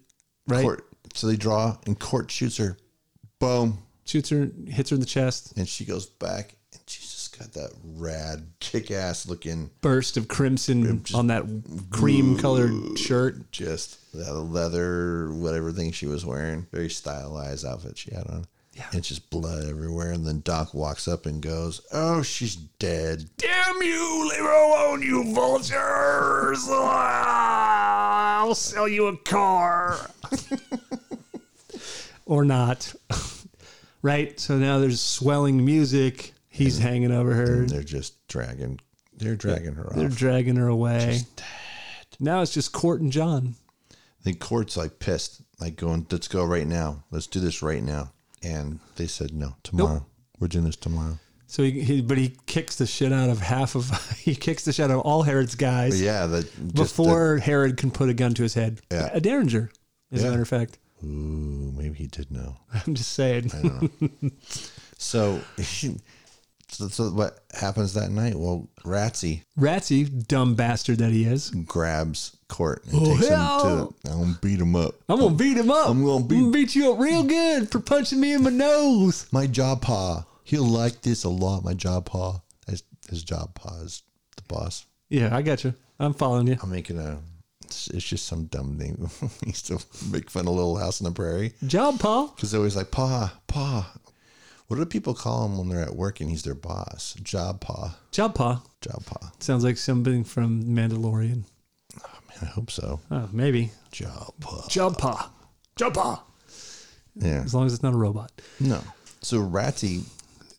Right. Court So they draw, and Court shoots her. Boom. Shoots her, hits her in the chest. And she goes back, and she's just got that rad, kick ass looking, Burst of crimson on that cream colored shirt. just that leather, whatever thing she was wearing. Very stylized outfit she had on. Yeah. And it's just blood everywhere. And then Doc walks up and goes, Oh, she's dead. Damn you, leave her alone, you vultures! I'll sell you a car. or not. right? So now there's swelling music. He's hanging over her. And they're just dragging, they're dragging her They're off. dragging her away. Now it's just Court and John. The court's like pissed, like going, let's go right now. Let's do this right now. And they said, no, tomorrow. We're doing this tomorrow. So he, he, but he kicks the shit out of half of, he kicks the shit out of all Herod's guys Yeah, that just the- before Herod can put a gun to his head. Yeah. A Derringer, as a matter of fact. ooh, maybe he did know. I'm just saying. So, so, so what happens that night? Well, Ratsy Ratsy, dumb bastard that he is. grabs Court and takes him hell. to. I'm gonna beat him up. I'm gonna beat him up. I'm gonna beat- you up real good for punching me in my nose. My jaw paw. He'll like this a lot. My jaw paw. His, his jaw paw is the boss. Yeah, I got you. I'm following you. I'm making a. It's, it's just some dumb name. I used to make fun of Little House on the Prairie Job, Paul. because they're always like pa pa. What do people call him when they're at work and he's their boss? Job paw. Job, Paul. Job paw. Sounds like something from Mandalorian. I hope so. Oh, maybe. Job paw. Job, Paul. Job, Paul. Yeah. As long as it's not a robot. No. So Ratsy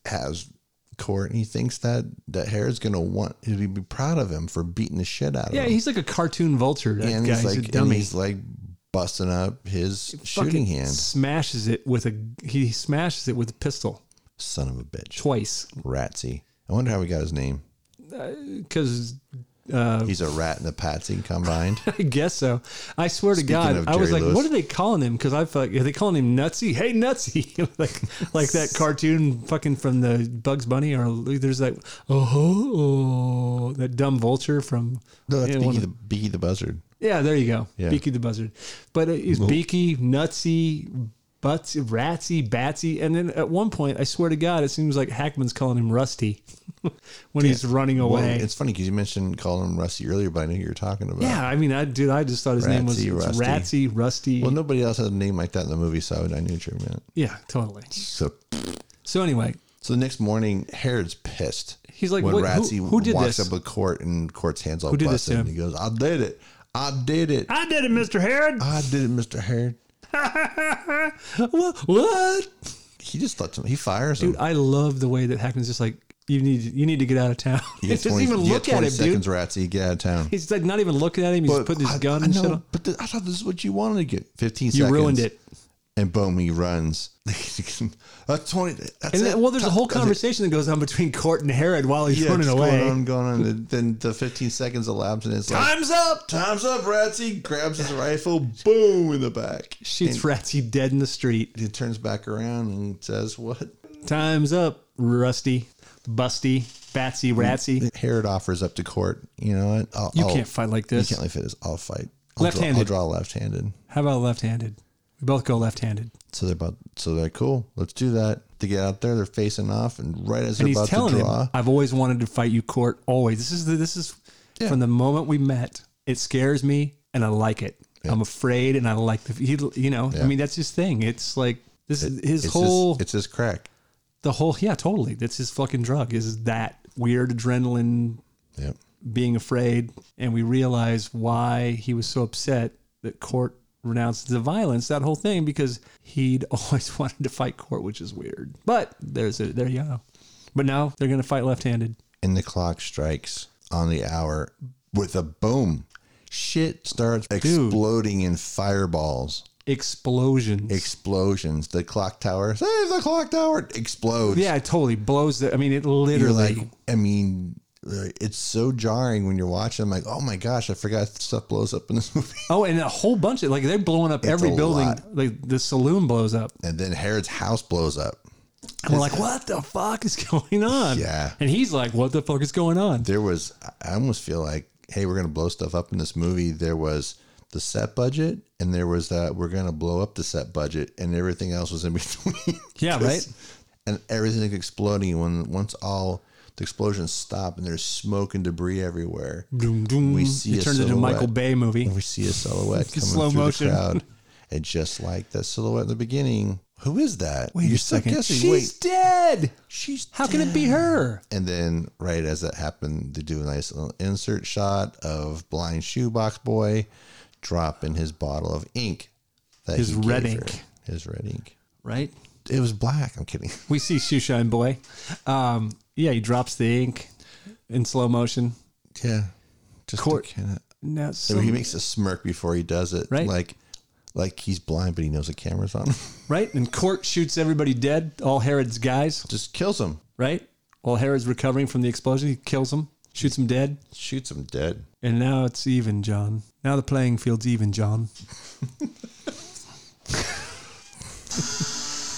has Court, and he thinks that that Herod's gonna want he'd be proud of him for beating the shit out of Yeah, him. he's like a cartoon vulture. That and guy. he's He's, a like, and dummy. he's like busting up his shooting Fucking hand. Smashes it with a he smashes it with a pistol Son of a bitch, twice Ratsy. I wonder how he got his name. because Oh. He's a rat and a patsy combined. I guess so. I swear to Speaking God, of I was Jerry like, Lewis. what are they calling him? Because I felt are they calling him Nutsy? Hey, Nutsy, like like that cartoon fucking from the Bugs Bunny, or there's like oh, oh, oh, that dumb vulture from no, that's yeah, one Beaky of- the, Beaky the Buzzard. yeah, there you go, Yeah. Beaky the Buzzard. But uh, he's Beaky, Nutsy, Butts, Ratsy, Batsy, and then at one point, I swear to God, it seems like Hackman's calling him Rusty when he's running Well, away. it's funny because you mentioned calling him Rusty earlier, but I know who you're talking about. yeah, I mean, I dude, I just thought his name was Ratsy, it's Rusty. Ratsy, Rusty. Well, nobody else had a name like that in the movie, so I knew what you meant. Yeah, totally. So So anyway, So the next morning, Herod's pissed. He's like, when "What- Ratsy who- who did walks this?" up with Court and Court's hands all did this busted, to and he him? goes, "I did it, I did it, I did it, Mister Herod. I did it, Mister Herod." Uh, Wha- what? He just lets him. He fires Dude, him. I love the way that Hackman's just like, you need, you need to get out of town. He You get doesn't 20 even you get look at him, seconds, dude. Ratsy, get out of town. He's like not even looking at him. He's But putting his I- gun I and know, shit on. But th- I thought this is what you wanted to get. Fifteen You seconds. ruined it. And boom, he runs. that's twenty. That's And it. then, well, there's a That's- whole that's it. conversation that goes on between Court and Herod while he's Yeah, running just away. Going on, going on. And then the fifteen seconds elapsed, and it's like. Time's up. Time's up, Ratsy. Grabs his rifle, boom, in the back. Shoots Ratsy dead in the street. He turns back around and says, What? Time's up. Rusty, Busty, Mm, Batsy, Ratsy. Herod offers up to court. You know what? I'll, You I'll- can't fight like You this. can't fit this. I'll fight. I'll Left-handed. Draw, I'll draw left handed. How about left-handed? We both go left-handed. So they're about, so they're like, cool, let's do that. They get out there, they're facing off, and right as and they're he's about to telling draw, him, "I've always wanted to fight you, Court. Always. This is the, this is Yeah. from the moment we met. It scares me, and I like it. I'm afraid, and I like the he. You know, I mean, that's his thing. It's like this is his it's whole His, it's his crack. the whole yeah, totally. That's his fucking drug. Is that weird adrenaline, Yep. being afraid, and we realize why he was so upset that Court renounced the violence. That whole thing because he'd always wanted to fight Court, which is weird. But there's a there you go. But now they're gonna fight left-handed. And the clock strikes on the hour with a boom. Shit starts exploding in fireballs. explosions. explosions. The clock tower, save the clock tower, explodes. yeah, it totally blows. The, I mean, it You're literally. like, I mean, it's so jarring when you're watching. I'm like, oh my gosh, I forgot stuff blows up in this movie. oh, and a whole bunch of like they're blowing up every a building. lot. Like the saloon blows up, And then Herod's house blows up. and we're like, "What the fuck is going on?" Yeah. and he's like, "What the fuck is going on?" There was, I almost feel like, hey, we're gonna blow stuff up in this movie. There was the set budget and there was that we're going to blow up the set budget and everything else was in between. Yeah, 'Cause- right? And everything's exploding when once all the explosions stop and there's smoke and debris everywhere. Doom, doom. We see it a turned into a silhouette. Michael Bay movie. And we see a silhouette coming slow through motion. the crowd. And just like that silhouette in the beginning, who is that? Wait You're a still second. guessing. She's Wait, dead. she's How can it be her? And then, right as that happened, they do a nice little insert shot of blind shoebox boy dropping his bottle of ink. That His he gave red her. ink. His red ink. Right? It was black. I'm kidding. We see Shoeshine Boy. Um, yeah, he drops the ink in slow motion. Yeah. Just Court- kind of. No, So he some, makes a smirk before he does it. Right. Like, like he's blind, but he knows the camera's on. him. right? And Court shoots everybody dead, all Herod's guys, Just kills him. right? While Herod's recovering from the explosion, he kills them, shoots them dead. Shoots him dead. And now it's even, John. Now the playing field's even, John.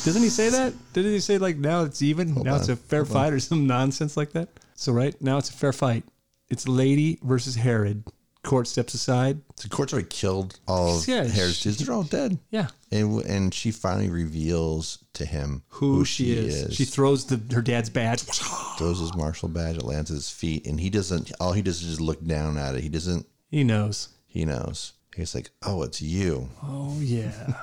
Doesn't he say that? Didn't he say like now it's even? now it's on, a fair fight or some nonsense like that? So right now it's a fair fight. It's Lady versus Herod. Court steps aside. The court's already killed all of Yeah, Herod's she- kids. They're all dead. Yeah. And, and she finally reveals to him Who, she, is. She throws the her dad's badge. throws his martial badge, it lands at his feet, and he doesn't. All he does is just look down at it. He doesn't. He knows. He knows. He's like, "Oh, it's you." Oh yeah.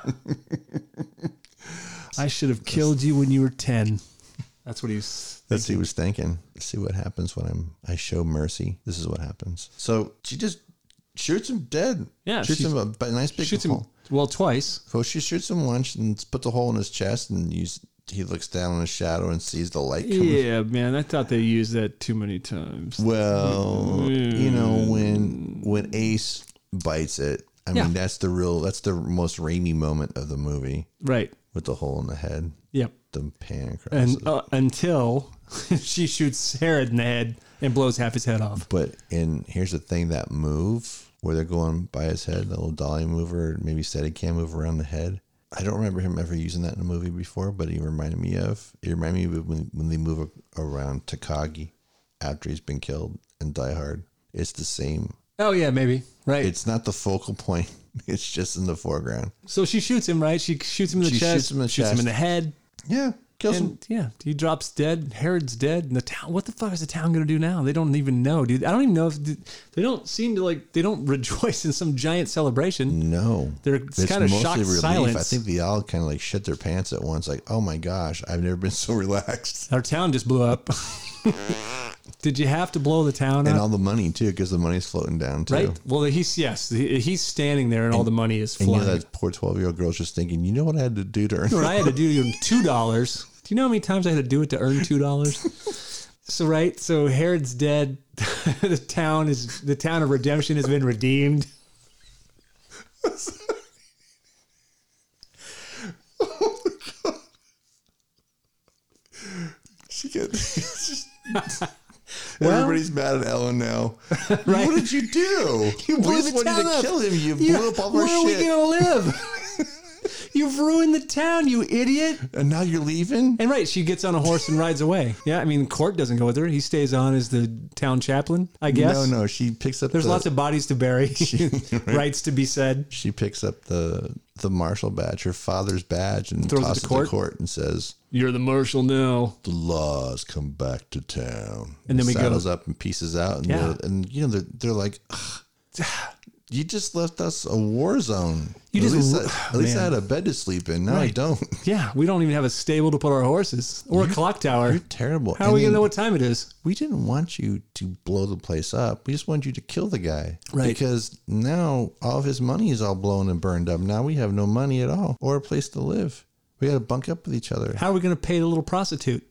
I should have killed you when you were ten. That's what he's That's what he was thinking. See what happens when I'm. I show mercy. This is what happens. So she just shoots him dead. Yeah, shoots she- him a, a nice big shoots him hole. well twice. So she shoots him once and puts a hole in his chest, and you, s- he looks down in the shadow and sees the light coming. Yeah, man, I thought they used that too many times. Well, you know Mm. when when Ace bites it. I Yeah. mean, that's the real. That's the most rainy moment of the movie. Right. with the hole in the head, Yep. the pan across. And uh, until she shoots Herod in the head and blows half his head off. but and here's the thing: that move where they're going by his head, the little dolly mover, maybe steady cam move around the head. I don't remember him ever using that in a movie before, but he reminded me of. It reminded me of when, when they move a- around Takagi after he's been killed in Die Hard. It's the same. Oh yeah, maybe. Right. It's not the focal point. It's just in the foreground. so she shoots him, right? She shoots him in the She chest. shoots him in the shoots him chest. in the head. Yeah, kills him. And yeah, he drops dead. Herod's dead, and the town. What the fuck is the town gonna do now? They don't even know, dude. I don't even know if they don't seem to like. They don't rejoice in some giant celebration. No, They're kinda shocked silence. I think they all kind of like shit their pants at once. Like, oh my gosh, I've never been so relaxed. Our town just blew up. Did you have to blow the town And up? all the money too, because the money's floating down too. Right. Well, he's yes, he- he's standing there, and, all the money is And you know flying. that poor twelve-year-old girl's just thinking, you know what I had to do to earn. When I had to do him two dollars. Do you know how many times I had to do it to earn two dollars? so right, so Herod's dead. the town is the town of redemption has been redeemed. She gets it's just- everybody's mad at Ellen now. What did you do? You blew we just the wanted town to up. kill him. You You- blew up all where our are we shit, gonna live? You've ruined the town, you idiot. and now you're leaving. And right, she gets on a horse and rides away. Yeah, I mean, Court doesn't go with her. He stays on as the town chaplain, I guess. No, no, she picks up. There's the, lots of bodies to bury, rights to be said. She picks up the the marshal badge, her father's badge, and Throws it to tosses it to court. court and says, You're the marshal now. the laws come back to town. And then we go- saddles up and pieces out, and Yeah. they're- and you know they're, they're like, "Ugh, you just left us a war zone. You at just- least I, at least I had a bed to sleep in. Now I Right. don't. Yeah, we don't even have a stable to put our horses or a clock tower. Terrible. How are we And gonna know then what time it is? We didn't want you to blow the place up. We just wanted you to kill the guy, Right. Because now all of his money is all blown and burned up. Now we have no money at all or a place to live. We got to bunk up with each other. How are we gonna pay the little prostitute?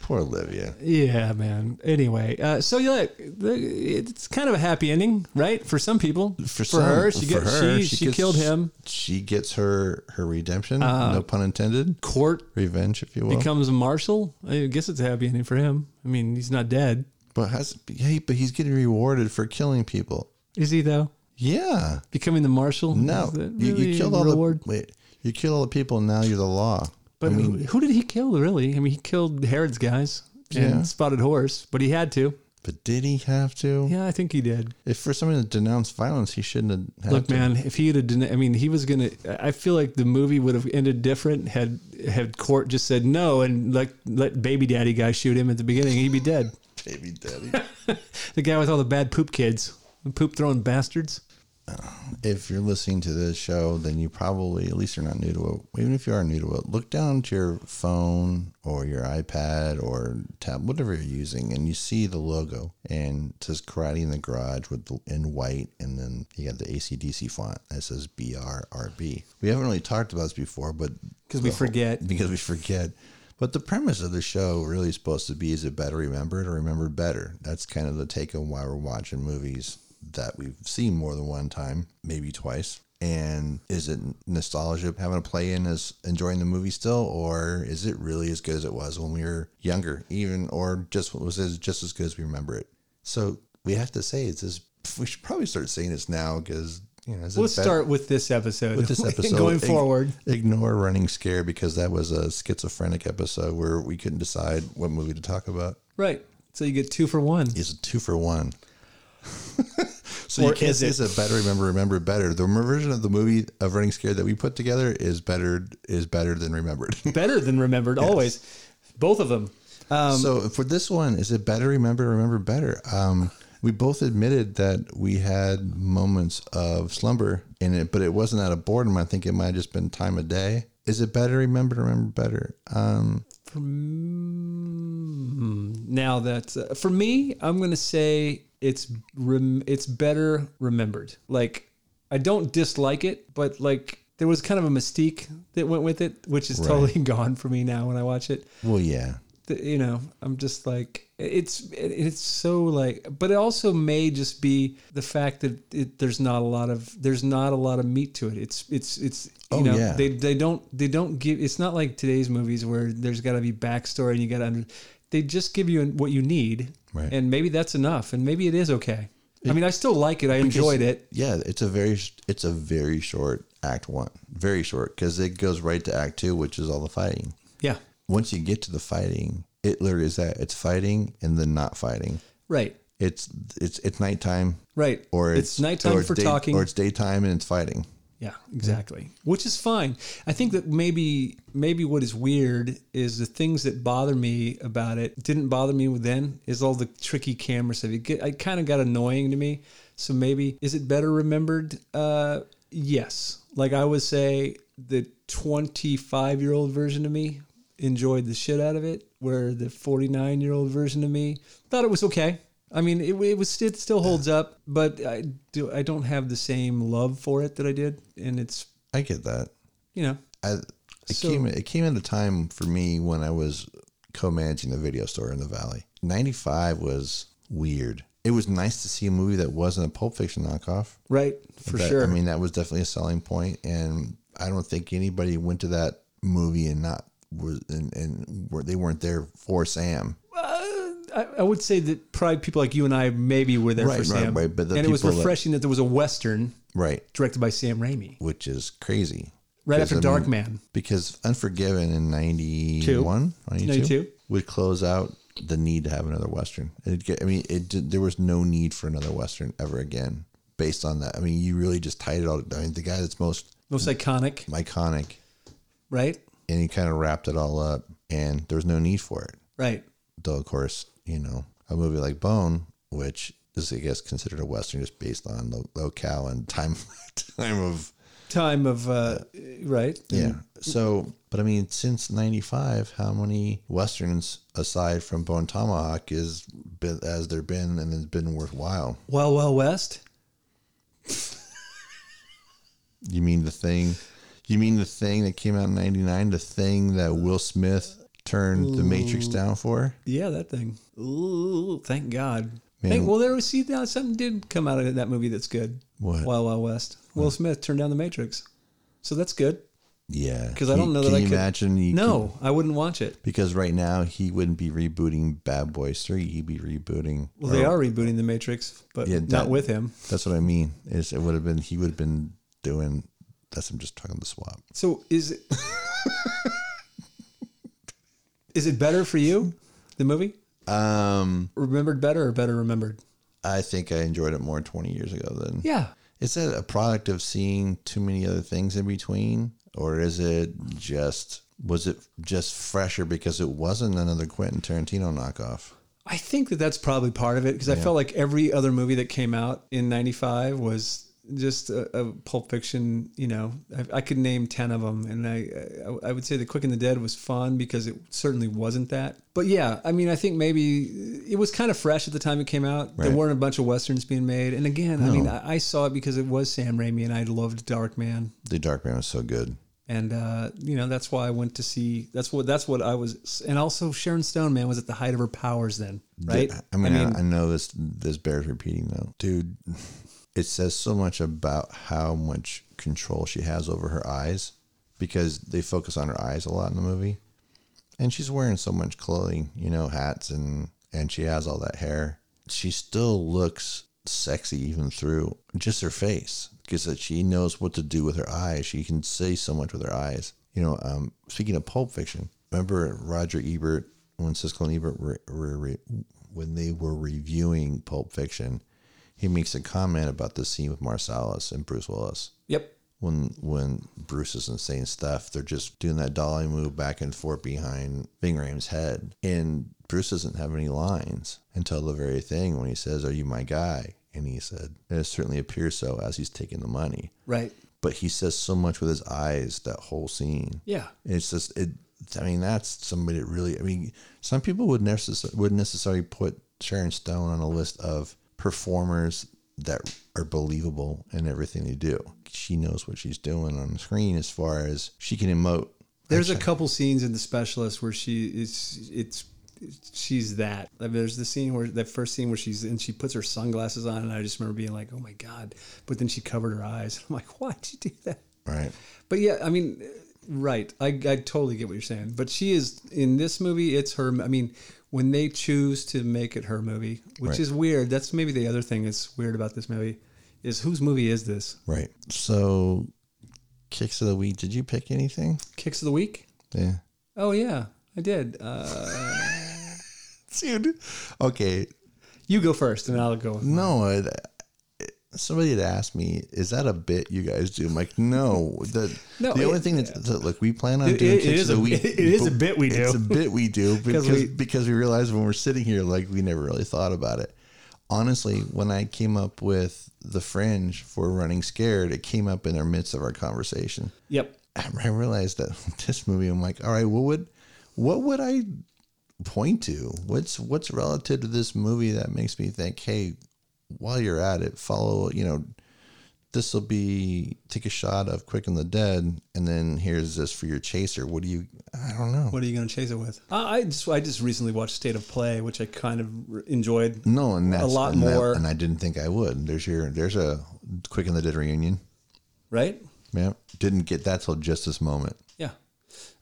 Poor Olivia. Yeah, man. Anyway, uh, so yeah, like, the- it's kind of a happy ending, right? For some people, for, some- her, for she get, her, she, she, gets- killed him. Uh, She gets her her redemption. no pun intended. Court Revenge, if you will. becomes a marshal. I guess it's a happy ending for him. I mean, he's not dead, but has hey, but he's getting rewarded for killing people. is he? Though Yeah. becoming the marshal. No, Is that you, really you a killed all reward? the wait. You killed all the people. Now you're the law. But who did he kill? Really? I mean, he killed Herod's guys and Yeah. Spotted Horse, but he had to. But did he have to? Yeah, I think he did. If for someone to denounce violence, he shouldn't have. had Look, to. man, if he had, a, I mean, he was gonna. I feel like the movie would have ended different had had court just said no and like let baby daddy guy shoot him at the beginning. He'd be dead. baby daddy. The guy with all the bad poop kids, poop throwing bastards. if you're listening to this show, then you probably at least are not new to it. Even if you are new to it, look down to your phone or your iPad or tab, whatever you're using, and you see the logo and it says Karate in the Garage with the, in white, and then you got the ACDC font that says BRRB. We haven't really talked about this before, but Because we forget. because we forget. But the premise of the show really is supposed to be is it better remembered or remembered better? That's kind of the take on why we're watching movies that we've seen more than one time, maybe twice. And is it nostalgia having a play in as enjoying the movie still, or is it really as good as it was when we were younger, even or just was it just as good as we remember it? So we have to say it's this. We should probably start saying this now because you know is it We'll better- start with this episode. with this episode going ig- forward. Ignore running scare because that was a schizophrenic episode where we couldn't decide what movie to talk about. Right. So you get two for one. It's a two for one. so Or you can't is say it? it's a better remember remember better. The version of the movie of Running Scared that we put together is better is better than remembered. Better than remembered always. Both of them. Um, so for this one, is it better remember remember better? Um, we both admitted that we had moments of slumber in it, but it wasn't out of boredom. I think it might have just been time of day. Is it better remember remember better? Um, Now that uh, for me, I'm gonna say it's rem- it's better remembered. Like I don't dislike it, but like there was kind of a mystique that went with it, which is totally gone for me now when I watch it. well, yeah. Th- you know, I'm just like it's it- it's so like, but it also may just be the fact that it, there's not a lot of there's not a lot of meat to it. It's it's it's you Oh, know yeah. they they don't they don't give. It's not like today's movies where there's got to be backstory and you got to under. They just give you what you need, Right. and maybe that's enough, and maybe it is okay. I mean, I still like it. I enjoyed it. Yeah, it's a very sh- it's a very short act one, very short because it goes right to act two, which is all the fighting. Yeah, Once you get to the fighting, it literally is that it's fighting and then not fighting. right, It's it's it's nighttime right. or it's, it's, nighttime or it's for day- talking, or it's daytime and it's fighting. Yeah, exactly. Which is fine. I think that maybe maybe what is weird is the things that bother me about it didn't bother me then is all the tricky camera stuff. It, get, it kind of got annoying to me. So maybe is it better remembered? Uh, yes. Like I would say, the 25 year old version of me enjoyed the shit out of it, where the 49 year old version of me thought it was okay. I mean, it, it was it still holds up, but I do I don't have the same love for it that I did, and it's I get that. you know I it So- came it came at a time for me when I was co-managing the video store in the valley. 95 was weird. It was nice to see a movie that wasn't a Pulp Fiction knockoff. right for That- sure. I mean, that was definitely a selling point, and I don't think anybody went to that movie and not was and, and were, they weren't there for Sam. I, I would say that probably people like you and I maybe were there Right, for right, Sam, right, but the and it was people that- refreshing that there was a western Right, directed by Sam Raimi which is crazy. right Because, after I mean, Dark Man. because Unforgiven in 91, 92, 92. would close out the need to have another Western. It'd get, I mean, it did, there was no need for another Western ever again based on that. I mean, you really just tied it all. I mean, the guy that's most Most iconic, iconic, right? and he kind of wrapped it all up, and there was no need for it. Right. though of course you know a movie like bone which is i guess considered a western just based on lo- locale and time time of Time of uh, right. yeah so but i mean since 95 how many westerns aside from bone tomahawk is been as there been and it's been worthwhile Well, well, West. you mean the thing you mean the thing that came out in 99 the thing that will smith turned the matrix down for Yeah, that thing. Ooh, thank God. Man. Hey, well, there was see now something did come out of that movie that's good. What? Wild Wild West. Will Smith turned down The Matrix, so that's good. yeah 'Cause I don't know that can I you could- imagine you could- No, I wouldn't watch it. Because right now he wouldn't be rebooting Bad Boys Three. He'd be rebooting. Well, they are rebooting The Matrix, but Oh. Yeah, not that- with him. That's what I mean. Is it would have been he would have been doing. That's I'm just talking the swap. So is it is it better for you, the movie? Um, Remembered better or better remembered? I think I enjoyed it more 20 years ago than Yeah. Is it a product of seeing too many other things in between, or is it just was it just fresher because it wasn't another Quentin Tarantino knockoff? I think that that's probably part of it because I felt like every other movie that came out in '95 was just a, a Pulp Fiction. You know, I, I could name ten of them, and I, I I would say The Quick and the Dead was fun because it certainly wasn't that. But yeah, I mean, I think maybe it was kind of fresh at the time it came out. There Right. weren't a bunch of westerns being made, and again, I mean, I, I saw it because it was Sam Raimi, and I loved Dark Man The Dark Man was so good. and uh, you know that's why I went to see. That's what that's what I was, and also Sharon Stone, man, was at the height of her powers then, right? I mean, I, I know this this bears repeating though, dude. It says so much about how much control she has over her eyes because they focus on her eyes a lot in the movie, and she's wearing so much clothing, you know, hats and and she has all that hair. She still looks sexy even through just her face because that she knows what to do with her eyes. She can say so much with her eyes. You know, um, speaking of Pulp Fiction, remember Roger Ebert when Siskel and Ebert were, were re, when they were reviewing Pulp Fiction, he makes a comment about the scene with Marsalis and Bruce Willis yep, when when Bruce isn't saying stuff, they're just doing that dolly move back and forth behind Bingram's head. And Bruce doesn't have any lines until the very thing when he says, Are you my guy? And he said, It certainly appears so as he's taking the money. right, But he says so much with his eyes that whole scene. yeah, It's just it. I mean, that's somebody that really. I mean, some people would necess- would necessarily put Sharon Stone on a list of performers that are believable in everything they do. She knows what she's doing on screen as far as she can emote. There's a couple scenes in The Specialist where she is it's she's that. I mean, there's the scene where that first scene where she's and she puts her sunglasses on, and I just remember being like, oh my god! But then she covered her eyes. I'm like, why did you do that? Right. But yeah, I mean, right. I, I totally get what you're saying. But she is in this movie. It's her. I mean, when they choose to make it her movie, which Right. is weird. That's maybe the other thing that's weird about this movie is whose movie is this? Right. So, kicks of the week. Did you pick anything? Kicks of the week. Yeah. Oh yeah, I did. Uh, Dude. Okay. you go first, and I'll go. No. It, somebody had asked me, "Is that a bit you guys do?" I'm like, "No." The No, the it- only thing that's that- look, we plan on It- doing it kicks is of the a- week. it is a but bit we do. It's a bit we do because we- because we realize when we're sitting here, like we never really thought about it. Honestly, when I came up with the fringe for running scared, it came up in our midst of our conversation. Yep. I realized that this movie, I'm like, all right, what would, what would I point to? What's what's relative to this movie that makes me think, hey, while you're at it, follow, you know, this will be take a shot of Quick and the Dead, and then here's this for your chaser. What do you? I don't know. What are you going to chase it with? I, I just I just recently watched State of Play, which I kind of re- enjoyed. No, and that's lot and that- more. and I didn't think I would. There's your there's a Quick and the Dead reunion. Right. Yeah, didn't get that till just this moment. Yeah.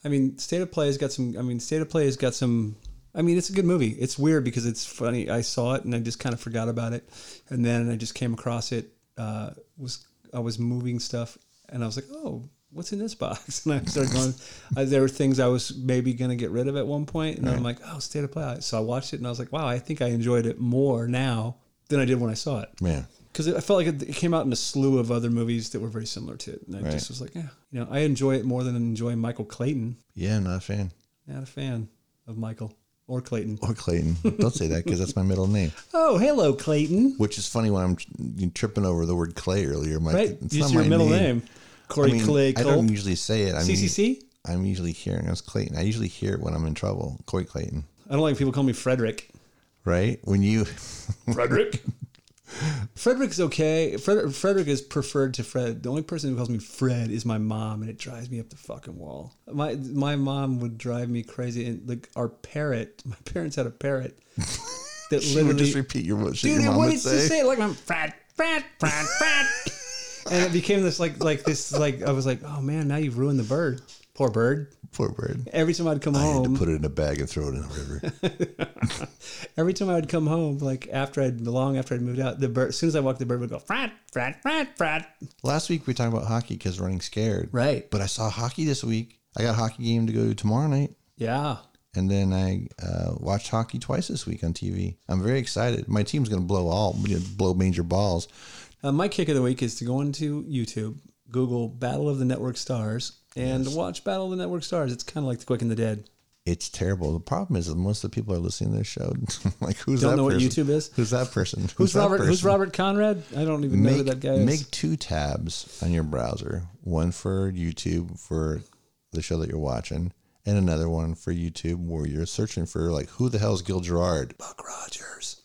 I mean, State of Play has got some. I mean, State of Play has got some. I mean, it's a good movie. It's weird because it's funny. I saw it and I just kind of forgot about it, and then I just came across it. Uh, was I was moving stuff and I was like, oh, what's in this box? And I started going. I, there were things I was maybe gonna get rid of at one point, and I'm like, oh, State of Play. So I watched it and I was like, wow, I think I enjoyed it more now than I did when I saw it Man, because I felt like it, it came out in a slew of other movies that were very similar to it, and I Right. just was like, yeah, you know, I enjoy it more than I enjoy Michael Clayton. yeah, not a fan. Not a fan of Michael or Clayton. Or Clayton. Don't say that because that's my middle name. Oh, hello, Clayton. Which is funny when I'm tr- you tripping over the word Clay earlier. My, Right, it's not use your my middle name, I Corey mean, Clay I don't Culp. usually say it. I mean, CCC. I'm usually hearing it's Clayton. I usually hear it when I'm in trouble. Corey Clayton, I don't like people call me Frederick. right? When you, Frederick. Frederick's okay. Fred, Frederick is preferred to Fred. The only person who calls me Fred is my mom, and it drives me up the fucking wall. My my mom would drive me crazy. And like our parrot, my parents had a parrot that she would literally just repeat your what dude, your and mom what would did she say. say? Like, I'm fat, fat, fat, fat. and it became this like like this like I was like, oh man, now you've ruined the bird. Poor bird. Poor bird. Every time I'd come I had to home, put it in a bag and throw it in the river. every time I would come home, like after I'd long after I'd moved out, the bird as soon as I walked, the bird would go frat, frat, frat, frat. Last week we were talking about hockey because running scared. Right. But I saw hockey this week. I got a hockey game to go to tomorrow night. Yeah. And then I uh, watched hockey twice this week on TV. I'm very excited. My team's going to blow all, blow major balls. Uh, my kick of the week is to go into YouTube, Google Battle of the Network Stars, and watch Battle of the Network Stars. It's kind of like The Quick and the Dead. It's terrible. The problem is that most of the people are listening to this show. like, who's Don't that know what person? YouTube is? Who's that person? Who's, Who's that Robert? Who's person? Robert Conrad? I don't even know who Make, that guy is. make two tabs on your browser one for YouTube for the show that you're watching, and another one for YouTube where you're searching for, like, who the hell's Gil Gerard? Buck Rogers.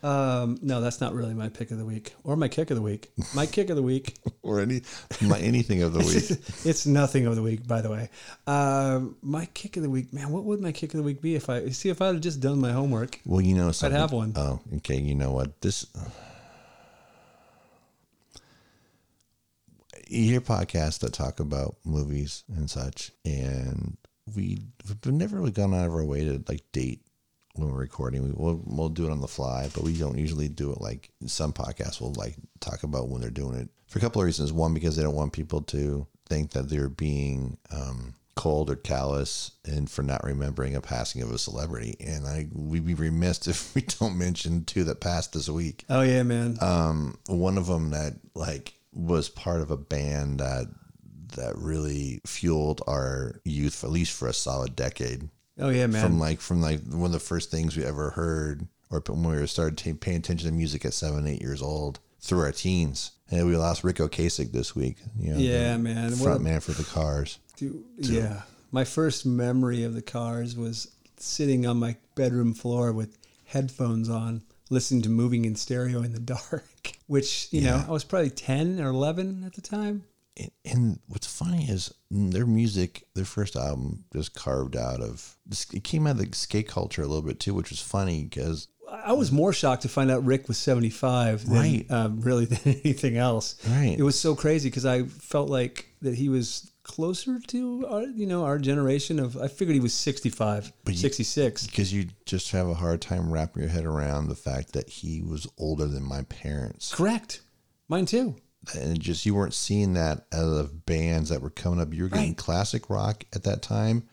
Um, no, that's not really my pick of the week or my kick of the week. My kick of the week. Or any, my, anything of the week. it's nothing of the week, by the way. Um, my kick of the week, man. What would my kick of the week be if I see if I had just done my homework? Well, you know something. have one. Oh, okay. You know what? This you hear podcasts that talk about movies and such, and we we've never really gone out of our way to like date when we're recording. We we'll, we'll do it on the fly, but we don't usually do it like some podcasts will like talk about when they're doing it for a couple of reasons. One, because they don't want people to think that they're being um, cold or callous and for not remembering a passing of a celebrity. And I we'd be remiss if we don't mention two that passed this week Oh yeah, man. um, one of them that like was part of a band that that really fueled our youth for at least for a solid decade oh yeah, man. from like from like one of the first things we ever heard or p- when we were started ta paying attention to music at seven eight years old through our teens and we lost Rico Kasich this week you know, yeah, the man. What front a- man for the Cars Do- yeah. My first memory of the cars was sitting on my bedroom floor with headphones on, listening to moving in stereo in the dark, which, you know, I was probably 10 or 11 at the time. and, and what's funny is mm, their music, their first album, just carved out of it came out of the skate culture a little bit too, which was funny because I I was more shocked to find out Rick was 75 than, Right. um, really than anything else. Right. It was so crazy because I felt like that he was closer to our, you know, our generation of, I figured he was 65, 66. because you just have a hard time wrapping your head around the fact that he was older than my parents, Correct. Mine too. and just you weren't seeing that out of bands that were coming up. You were getting Right. classic rock at that time,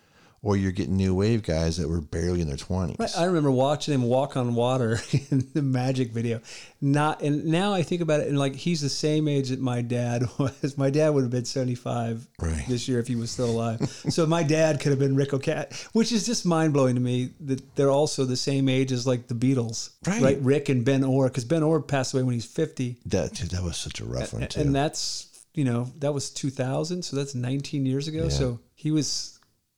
or you're getting new wave guys that were barely in their twenties. Right. uh, I remember watching him walk on water in the magic video. Not and now I think about it and like he's the same age that my dad was. My dad would have been 75 Right. this year if he was still alive. so my dad could have been Rick O'Cat, which is just mind blowing to me that they're also the same age as like the Beatles. Right. Rick and Ben Orr cuz Ben Orr passed away when he's 50 That dude, that was such a rough one too. and that's you know, that was 2000, so that's 19 years ago. So he was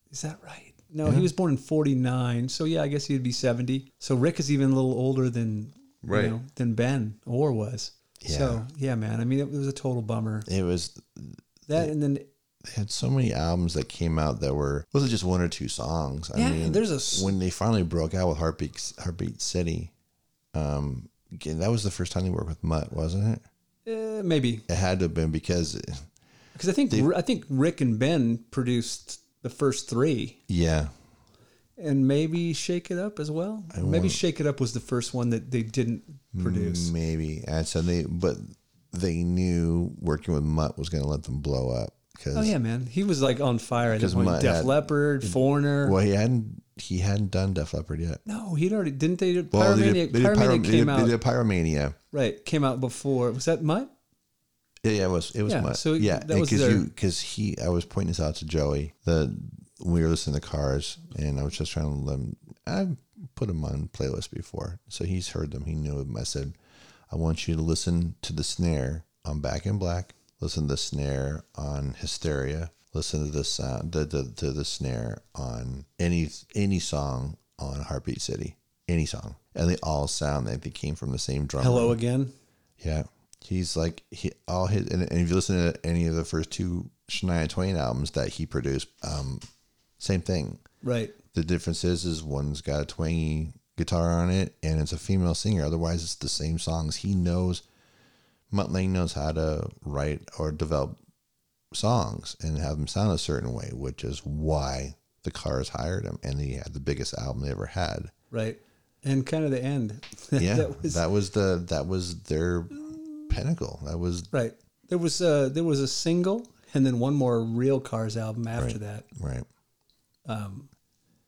is that right? No, he was born in 49. So yeah, I guess he'd be 70. So Rick is even a little older than right. Right. you know, than Ben or was. So yeah, man. I mean, it was a total bummer. it was That and then they had so many albums that came out that were wasn't just one or two songs. I Yeah, mean, there's a s- when they finally broke out with Heartbeat Heartbeat City. Um, again, that was the first time they worked with Mutt, wasn't it? uh, maybe It had to have been because, because I think I think Rick and Ben produced the first three, yeah, and maybe Shake It Up as well. maybe Shake It Up was the first one that they didn't produce. maybe. And so they, but they knew working with Mutt was going to let them blow up because Oh yeah, man. He was like on fire at that point. my- Def that- Leppard, Foreigner. well he hadn't he hadn't done Def Leppard yet. No, he'd already didn't they? Well, Pyromania, they did, they did Pyromania Pyro- came they did- out they did Pyromania. right. Came out before. Was that Mutt? Yeah, yeah, it was it was Yeah, mud. so yeah, that was because their- you because he I was pointing this out to Joey the when we were listening to Cars and I was just trying to let him I've put him on playlists before so he's heard them he knew them I said I want you to listen to the snare on Back in Black listen to the snare on Hysteria listen to the sound the, the to the snare on any any song on Heartbeat City any song and they all sound like they came from the same drum Hello again. yeah, he's like he all his, and, and if you listen to any of the first two Shania Twain albums that he produced, um, same thing. Right. The difference is, is one's got a twangy guitar on it, and it's a female singer. Otherwise, it's the same songs. He knows, Mutt Lange knows how to write or develop songs and have them sound a certain way, which is why the Cars hired him, and he had the biggest album they ever had. Right. And kind of the end. Yeah, that was the that was their pinnacle. That was right. There was a there was a single and then one more Real Cars album after that. right.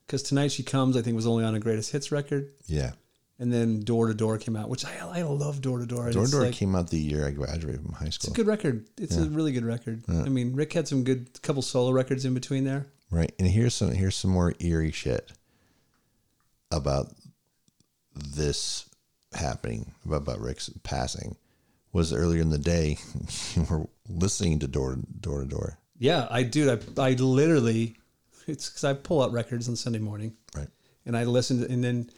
because Tonight She Comes, I think, was only on a greatest hits record. Yeah. And then Door to Door came out, which I, I love Door to Door. and Door it's to Door like- came out the year I graduated from high It's school. a good record. It's a really good record. I mean, Rick had some good couple solo records in between there. Right. And here's some here's some more eerie shit about this happening about, about Rick's passing was earlier in the day you were listening to door door to door. Yeah, I dude, I I literally it's because I pull out records on Sunday morning Right. and I listened and then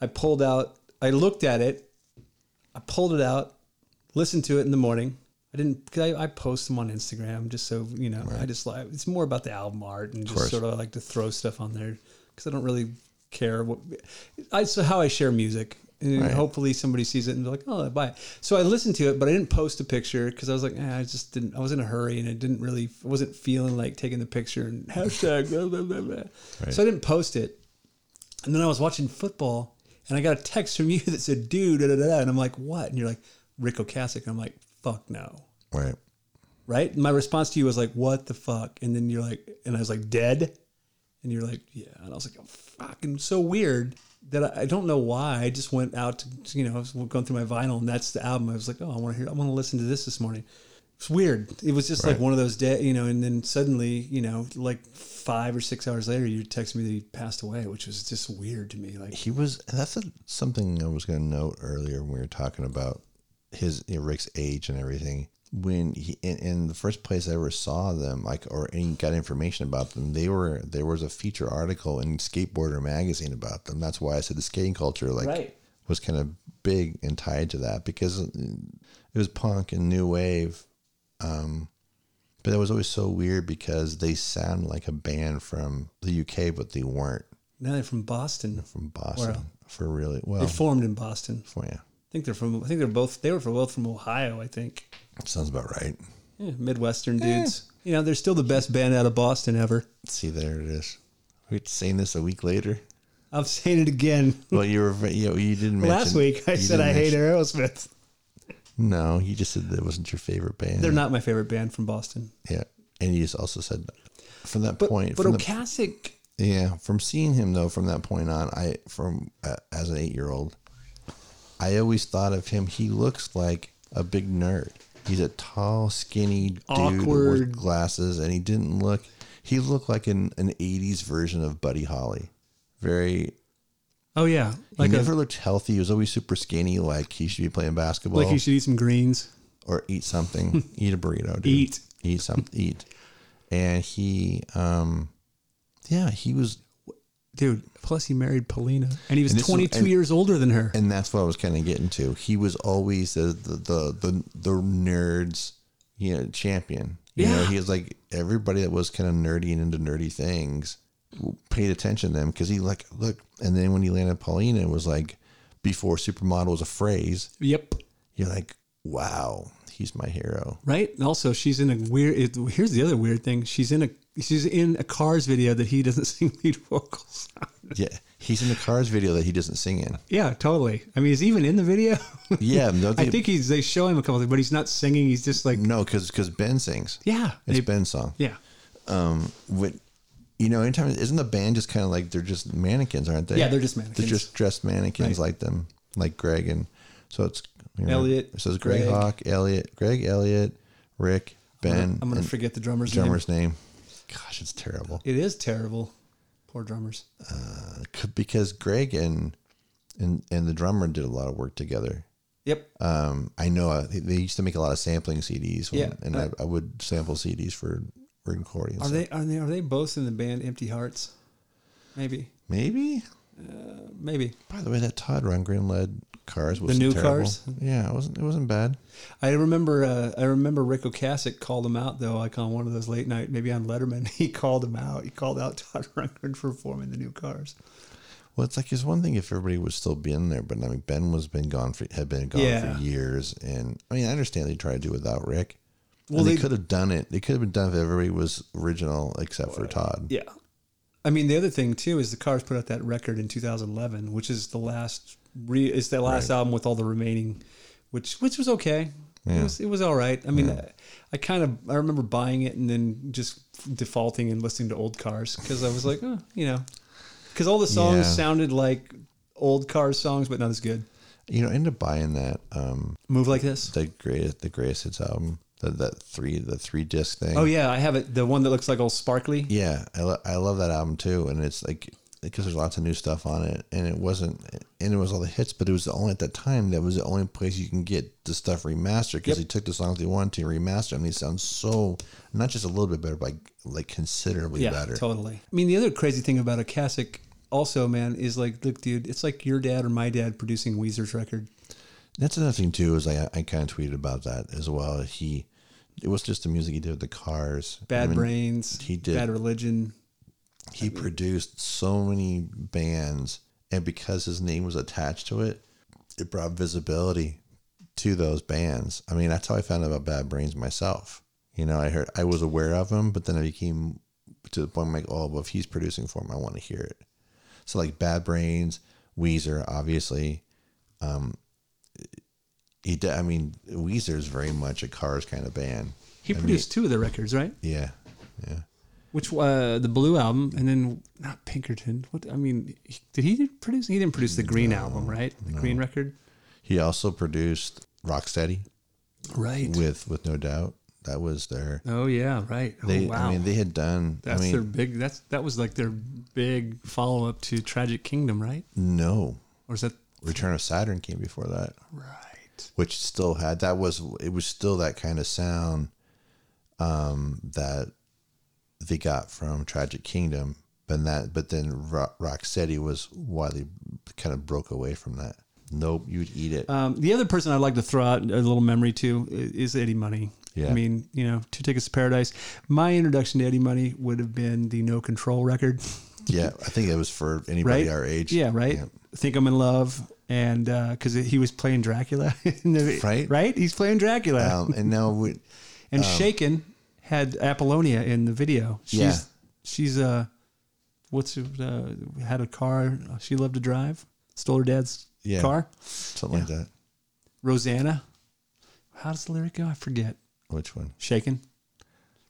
I pulled out. I looked at it. I pulled it out, listened to it in the morning. I didn't. 'cause I, I post them on Instagram just so you know. I just like it's more about the album art and just course. sort of like to throw stuff on there because I don't really care what. I so how I share music. And Right. hopefully somebody sees it and be like, oh, I buy it. So I listened to it, but I didn't post a picture because I was like, eh, I just didn't. I was in a hurry and I didn't really. I wasn't feeling like taking the picture and hashtag. blah, blah, blah, blah. So I didn't post it. And then I was watching football and I got a text from you that said, dude, da, da, da, da. and I'm like, what? And you're like, Rick Ocasek. And I'm like, fuck no. Right. Right? And my response to you was like, what the fuck? And then you're like, and I was like, dead? And you're like, yeah. And I was like, oh, fucking so weird that I, I don't know why. I just went out to, you know, I was going through my vinyl and that's the album. I was like, oh, I want to hear, I want to listen to this this morning. It's weird. It was just like Right. one of those days, you know, and then suddenly, you know, like five or six hours later, you texted me that he passed away, which was just weird to me. Like, He was that's a, something I was gonna note earlier when we were talking about his you know, Rick's age and everything. When he in, in the first place I ever saw them, like or any got information about them, they were there was a feature article in Skateboarder magazine about them. That's why I said the skating culture like Right. was kind of big and tied to that because uh, it was punk and new wave. Um, but that was always so weird because they sound like a band from the UK, but they weren't Now they're from Boston. from Boston for really well. They formed in Boston. for yeah, I think they're from. I think they're both. They were from, both from Ohio. I think. sounds about right. Yeah, Eh. Midwestern dudes. You know, they're still the best band out of Boston ever. See, there it is. We're saying this a week later. I'm saying it again. Well, you were you, know, you didn't mention Last week I you said didn't I hate mention- Aerosmith. No, you just said that wasn't your favorite band. They're not my favorite band from Boston. Yeah, and you just also said from that But point. but from the- Ocasek. Yeah, from seeing him though, from that point on, I from uh, as an eight year old, I always thought of him. He looks like a big nerd. He's a tall, skinny dude who wore Awkward. glasses, and he didn't look. He looked like an an '80s version of Buddy Holly. Very. Oh yeah, like he a, never looked healthy. He was always super skinny. Like he should be playing basketball like you should eat some greens. or eat something. eat a burrito. Dude. Eat. Eat something. eat. And he, um, yeah, he was Dude, plus he married Paulina, and he was And this is- 22 and- years older than her. and that's what I was kind of getting to. He was always the the the the, the nerds, you know, champion. You know, Yeah. he was like everybody that was kind of nerdy and into nerdy things paid attention to him because he like look. And then when he landed Paulina, it was like before supermodel was a phrase. yep. You're like, wow, he's my hero. Right. And also, she's in a weird. It, here's the other weird thing. She's in a. She's in a Cars video that he doesn't sing lead vocals. on. Yeah, he's in the Cars video that he doesn't sing in. yeah, totally. I mean, he's even in the video. Yeah, no, I think he's. They show him a couple things, but he's not singing. He's just like, no, because Ben sings. yeah, Mm. It's they- Ben's song. yeah. when you know, anytime isn't the band just kind of like they're just mannequins, aren't they? Yeah, they're just mannequins. They're just dressed mannequins like them, like Greg and so it's you know, Elliot, So it's Greg, Greg. Hawk, Elliot, Greg, Elliot, Rick, Ben, I'm gonna and forget the drummer's name. drummer's name. Gosh, it's terrible It is terrible. Poor drummers. Uh, c- because Greg and and and the drummer did a lot of work together. Yep. Um, I know uh, they, they used to make a lot of sampling CDs, when, Yeah, and uh, I, I would sample CDs for recording. Are they? Are they? Are they both in the band Empty Hearts? Maybe. Maybe Maybe. By the way, that Todd Rundgren led cars was new terrible. Cars? Yeah, it wasn't it wasn't bad. I remember uh, I remember Rick Ocasek called him out though, like on one of those late night, maybe on Letterman. He called him out. He called out Todd Rundgren for forming the new cars. Well, it's like it's one thing if everybody would still be in there, but I mean Ben was been gone for had been gone Yeah. for years, and I mean I understand they tried to do without Rick. Well, Well, they, they- could have done it. They could have been done if everybody was original except for Todd. Yeah. I mean, the other thing too is the Cars put out that record in 2011, which is the last re is the last album with all the remaining, which which was okay. It was it was all right. I mean, I, I kind of I remember buying it and then just defaulting and listening to old Cars because I was like, oh, you know, because all the songs Yeah. sounded like old Cars songs, but not as good. You know, I ended up buying that um Move like this. the greatest the greatest hits album the, that three the three disc thing. Oh yeah, I have it. The one that looks like all sparkly. Yeah, I, lo- I love that album too, and it's like because there's lots of new stuff on it, and it wasn't, and it was all the hits, but it was the only at that time that was the only place you can get the stuff remastered because Yep. they took the songs they wanted to remaster them. They sound so not just a little bit better, but like, like considerably Yeah, better. totally. I mean, the other crazy thing about a Kasich also, man, is like, look, dude, it's like your dad or my dad producing Weezer's record. That's another thing too is like I, I kind of tweeted about that as well. He, it was just the music he did with the Cars, Bad I mean, Brains, he did. Bad Religion. He produced so many bands, and because his name was attached to it, it brought visibility to those bands. I mean, that's how I found out about Bad Brains myself. You know, I heard I was aware of him, but then I became to the point I'm like, oh, well, if he's producing for him, I want to hear it. So like Bad Brains, Weezer, obviously. Um, he, de- I mean, Weezer is very much a Cars kind of band. He produced two of the records, right? Yeah, yeah. Which uh, the Blue album, and then not Pinkerton. What I mean, he, did he produce? He didn't produce the Green album, right? The Green record, He also produced Rocksteady. right? with with no doubt that was their oh yeah, right. they oh wow, i mean they had done that's i mean their big. That's that was like their big follow up to Tragic Kingdom, right? no Or is that return of saturn came before that right? which still had that was it was still that kind of sound um that they got from tragic kingdom but that but then Ro- rocksteady was why they kind of broke away from that nope you'd eat it Um, the other person I'd like to throw out a little memory to i- is Eddie Money. Yeah. I mean, you know, Two Tickets to Paradise. My introduction to Eddie Money would have been the No Control record. yeah i think it was for anybody right? our age Yeah, right. Think I'm in love, and because he was playing Dracula, in the- Right. Right, he's playing Dracula, um and now we and Shaken had Apollonia in the video. She's Yeah. she's uh, what's her, uh, had a car she loved to drive, stole her dad's Yeah. car. something like that Rosanna, how does the lyric go? I forget. which one Shaken.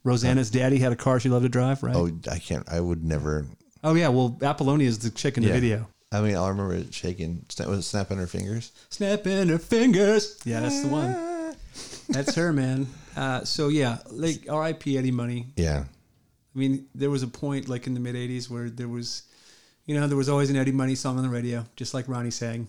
Rosanna's daddy had a car she loved to drive, right? Oh, oh i can't i would never yeah. Well, Apollonia is the chick in the Yeah. video. I mean, I remember it shaking, sna- was it snapping her fingers. Snapping her fingers. Yeah, that's the one. That's her, man. Uh, so yeah, like R.I.P. Eddie Money. Yeah, I mean, there was a point like in the mid '80s where there was, you know, there was always an Eddie Money song on the radio, just like Ronnie sang.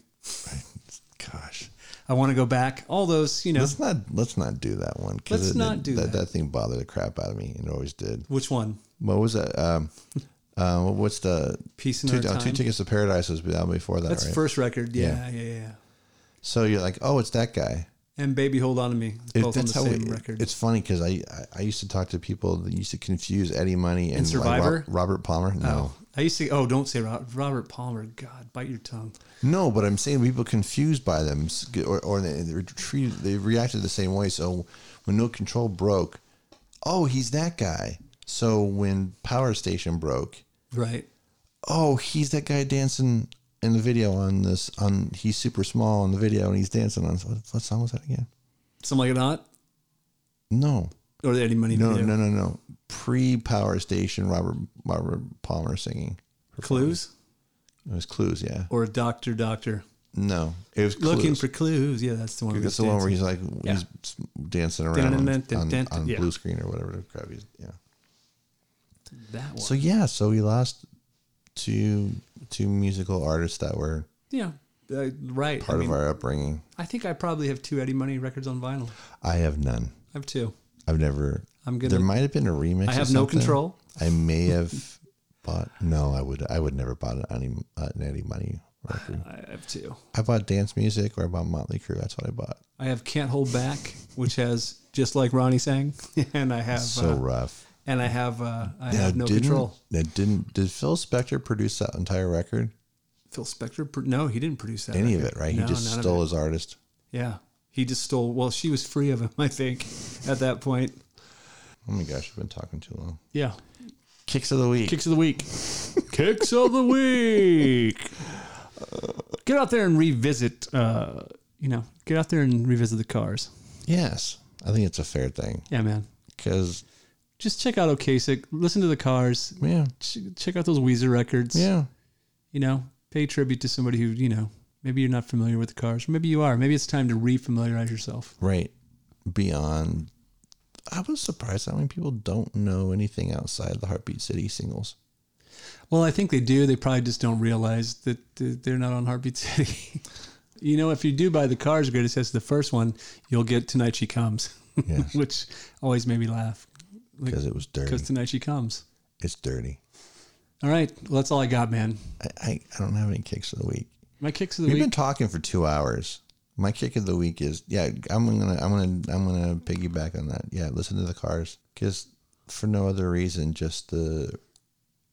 gosh, I want to go back. All those, you know, let's not let's not do that one. 'cause Let's it- not do that. that. thing bothered the crap out of me, and it always did. which one? What was that? Um, uh, what's the Peace in two, Our oh, Time. two tickets to paradise was down before that, That's right? first record. Yeah. Yeah, yeah, yeah. yeah. so you're like, oh, it's that guy. And Baby Hold On to Me, It- both on the same record. It's funny because I, I I used to talk to people that used to confuse Eddie Money and, like, Survivor? Rob- Robert Palmer. No, I used to. Oh, don't say Ro- Robert Palmer. God, bite your tongue. No, but I'm saying people confused by them, s- or, or they, they were treated, they reacted the same way. So when No Control broke, oh, he's that guy. So when Power Station broke, Right. oh, he's that guy dancing in the video on this. On he's super small in the video and he's dancing on. What, what song was that again? Something like not. No, Or the Eddie Money no, video. no, no, no. Pre Power Station, Robert Robert Palmer singing. Clues It was Clues, yeah. or Doctor Doctor. No, it was Clues. Looking for clues. Yeah, that's the one. That's That's the one where he's like Yeah. he's dancing around on, Dun, dun, dun, dun, on yeah. blue screen or whatever the crap he's yeah. That one. So yeah, so we lost two two musical artists that were yeah, uh, right. part I mean, of our upbringing. I think I probably have two Eddie Money records on vinyl. I have none. I have two. I've never. I'm gonna- There might have been a remix. I or have no something. control. I may have bought. No, I would. I would never bought an any uh, an any money record. I have two. I bought dance music or I bought Motley Crue. That's what I bought. I have Can't Hold Back, which has just like Ronnie sang, and I have So uh, rough. and I have uh, I have no didn't, control. Now, didn't did Phil Spector produce that entire record? Phil Spector? Pro- no, he didn't produce that. Any of record. it, right? No, he just none of stole it. his artist. Yeah, he just stole. Well, she was free of him, I think, at that point. Oh my gosh, I've been talking too long. Yeah. Kicks of the week. Kicks of the week. Kicks of the week. Get out there and revisit. Uh, you know, get out there and revisit the cars. Yes, I think it's a fair thing Yeah, man. because Just check out Okasic. Listen to the cars. yeah, Ch- check out those Weezer records. yeah, you know, pay tribute to somebody who, you know, maybe you're not familiar with the cars, or maybe you are. Maybe it's time to re-familiarize yourself. right beyond i was surprised how many people don't know anything outside the heartbeat city singles Well, I think they do. They probably just don't realize that uh, they're not on Heartbeat City. you know, if you do buy the Cars Greatest Hits, the first one, you'll get Tonight She Comes, Yes. which always made me laugh because it was dirty because Tonight She Comes. it's dirty All right, well, that's all I got, man. I, I, I don't have any kicks of the week My kicks of the we've week. been talking for two hours my kick of the week is yeah i'm gonna i'm gonna i'm gonna piggyback on that yeah listen to the cars because for no other reason just to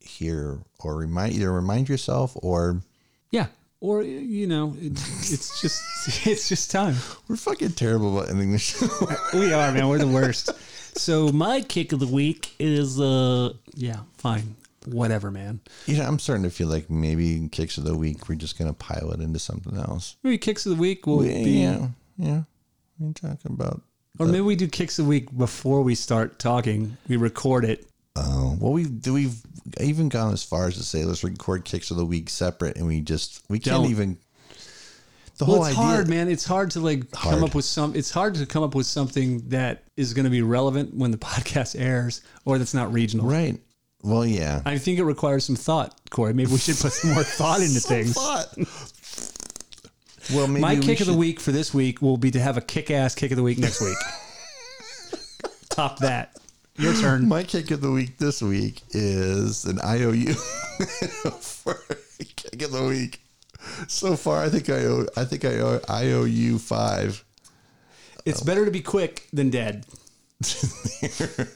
hear or remind either remind yourself or yeah, or you know, it, it's just it's just time. we're fucking terrible about ending the show We are, man. We're the worst. So my kick of the week is uh yeah, fine. Whatever, man. You know, I'm starting to feel like maybe kicks of the week we're just gonna pile it into something else. Maybe kicks of the week will be yeah, yeah. We're talking about. or maybe we do kicks of the week before we start talking. We record it. Oh, well, we've do we've even gone as far as to say let's record kicks of the week separate, and we just we can't Don't. even. The Well, whole it's idea, hard, man. It's hard to like Oh, Hard. come up with some it's hard to come up with something that is gonna be relevant when the podcast airs or that's not regional. right? Well, yeah. I think it requires some thought, Corey. Maybe we should put some more thought into things. Thought. well, maybe My we kick of the should- week for this week will be to have a kick ass kick of the week next week. Top that. Your turn. My kick of the week this week is an IOU for kick of the week. So far, I think I owe, I think I owe, I owe you five. It's better to be quick than dead.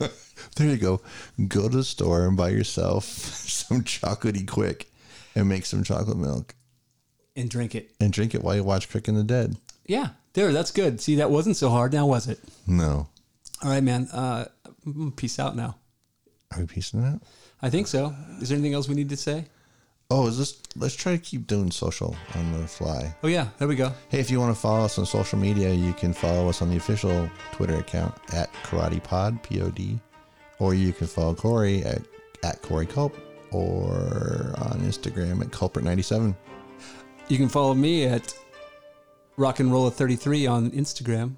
There you go. Go to the store and buy yourself some chocolatey quick, and make some chocolate milk And drink it. and drink it while you watch Quick and the Dead. Yeah. There, that's good. See, that wasn't so hard now, was it? No, All right, man. Uh mm, peace out now. are we piecing it out? I think so. Is there anything else we need to say? Oh, is this? Let's try to keep doing social on the fly. Oh yeah, there we go. Hey, if you want to follow us on social media, you can follow us on the official Twitter account at Karate Pod, P O D, or you can follow Corey at, at Corey Culp or on Instagram at Culprit97. You can follow me at Rock and Roll 33 on Instagram.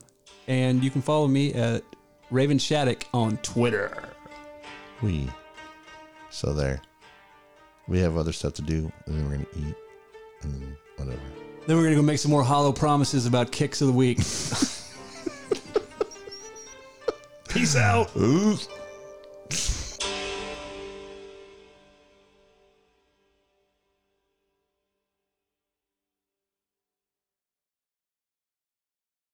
And you can follow me at Raven Shattuck on Twitter. We. So there. We have other stuff to do, and then we're going to eat, and then whatever. Then we're gonna go make some more hollow promises about kicks of the week. Peace out. Ooh.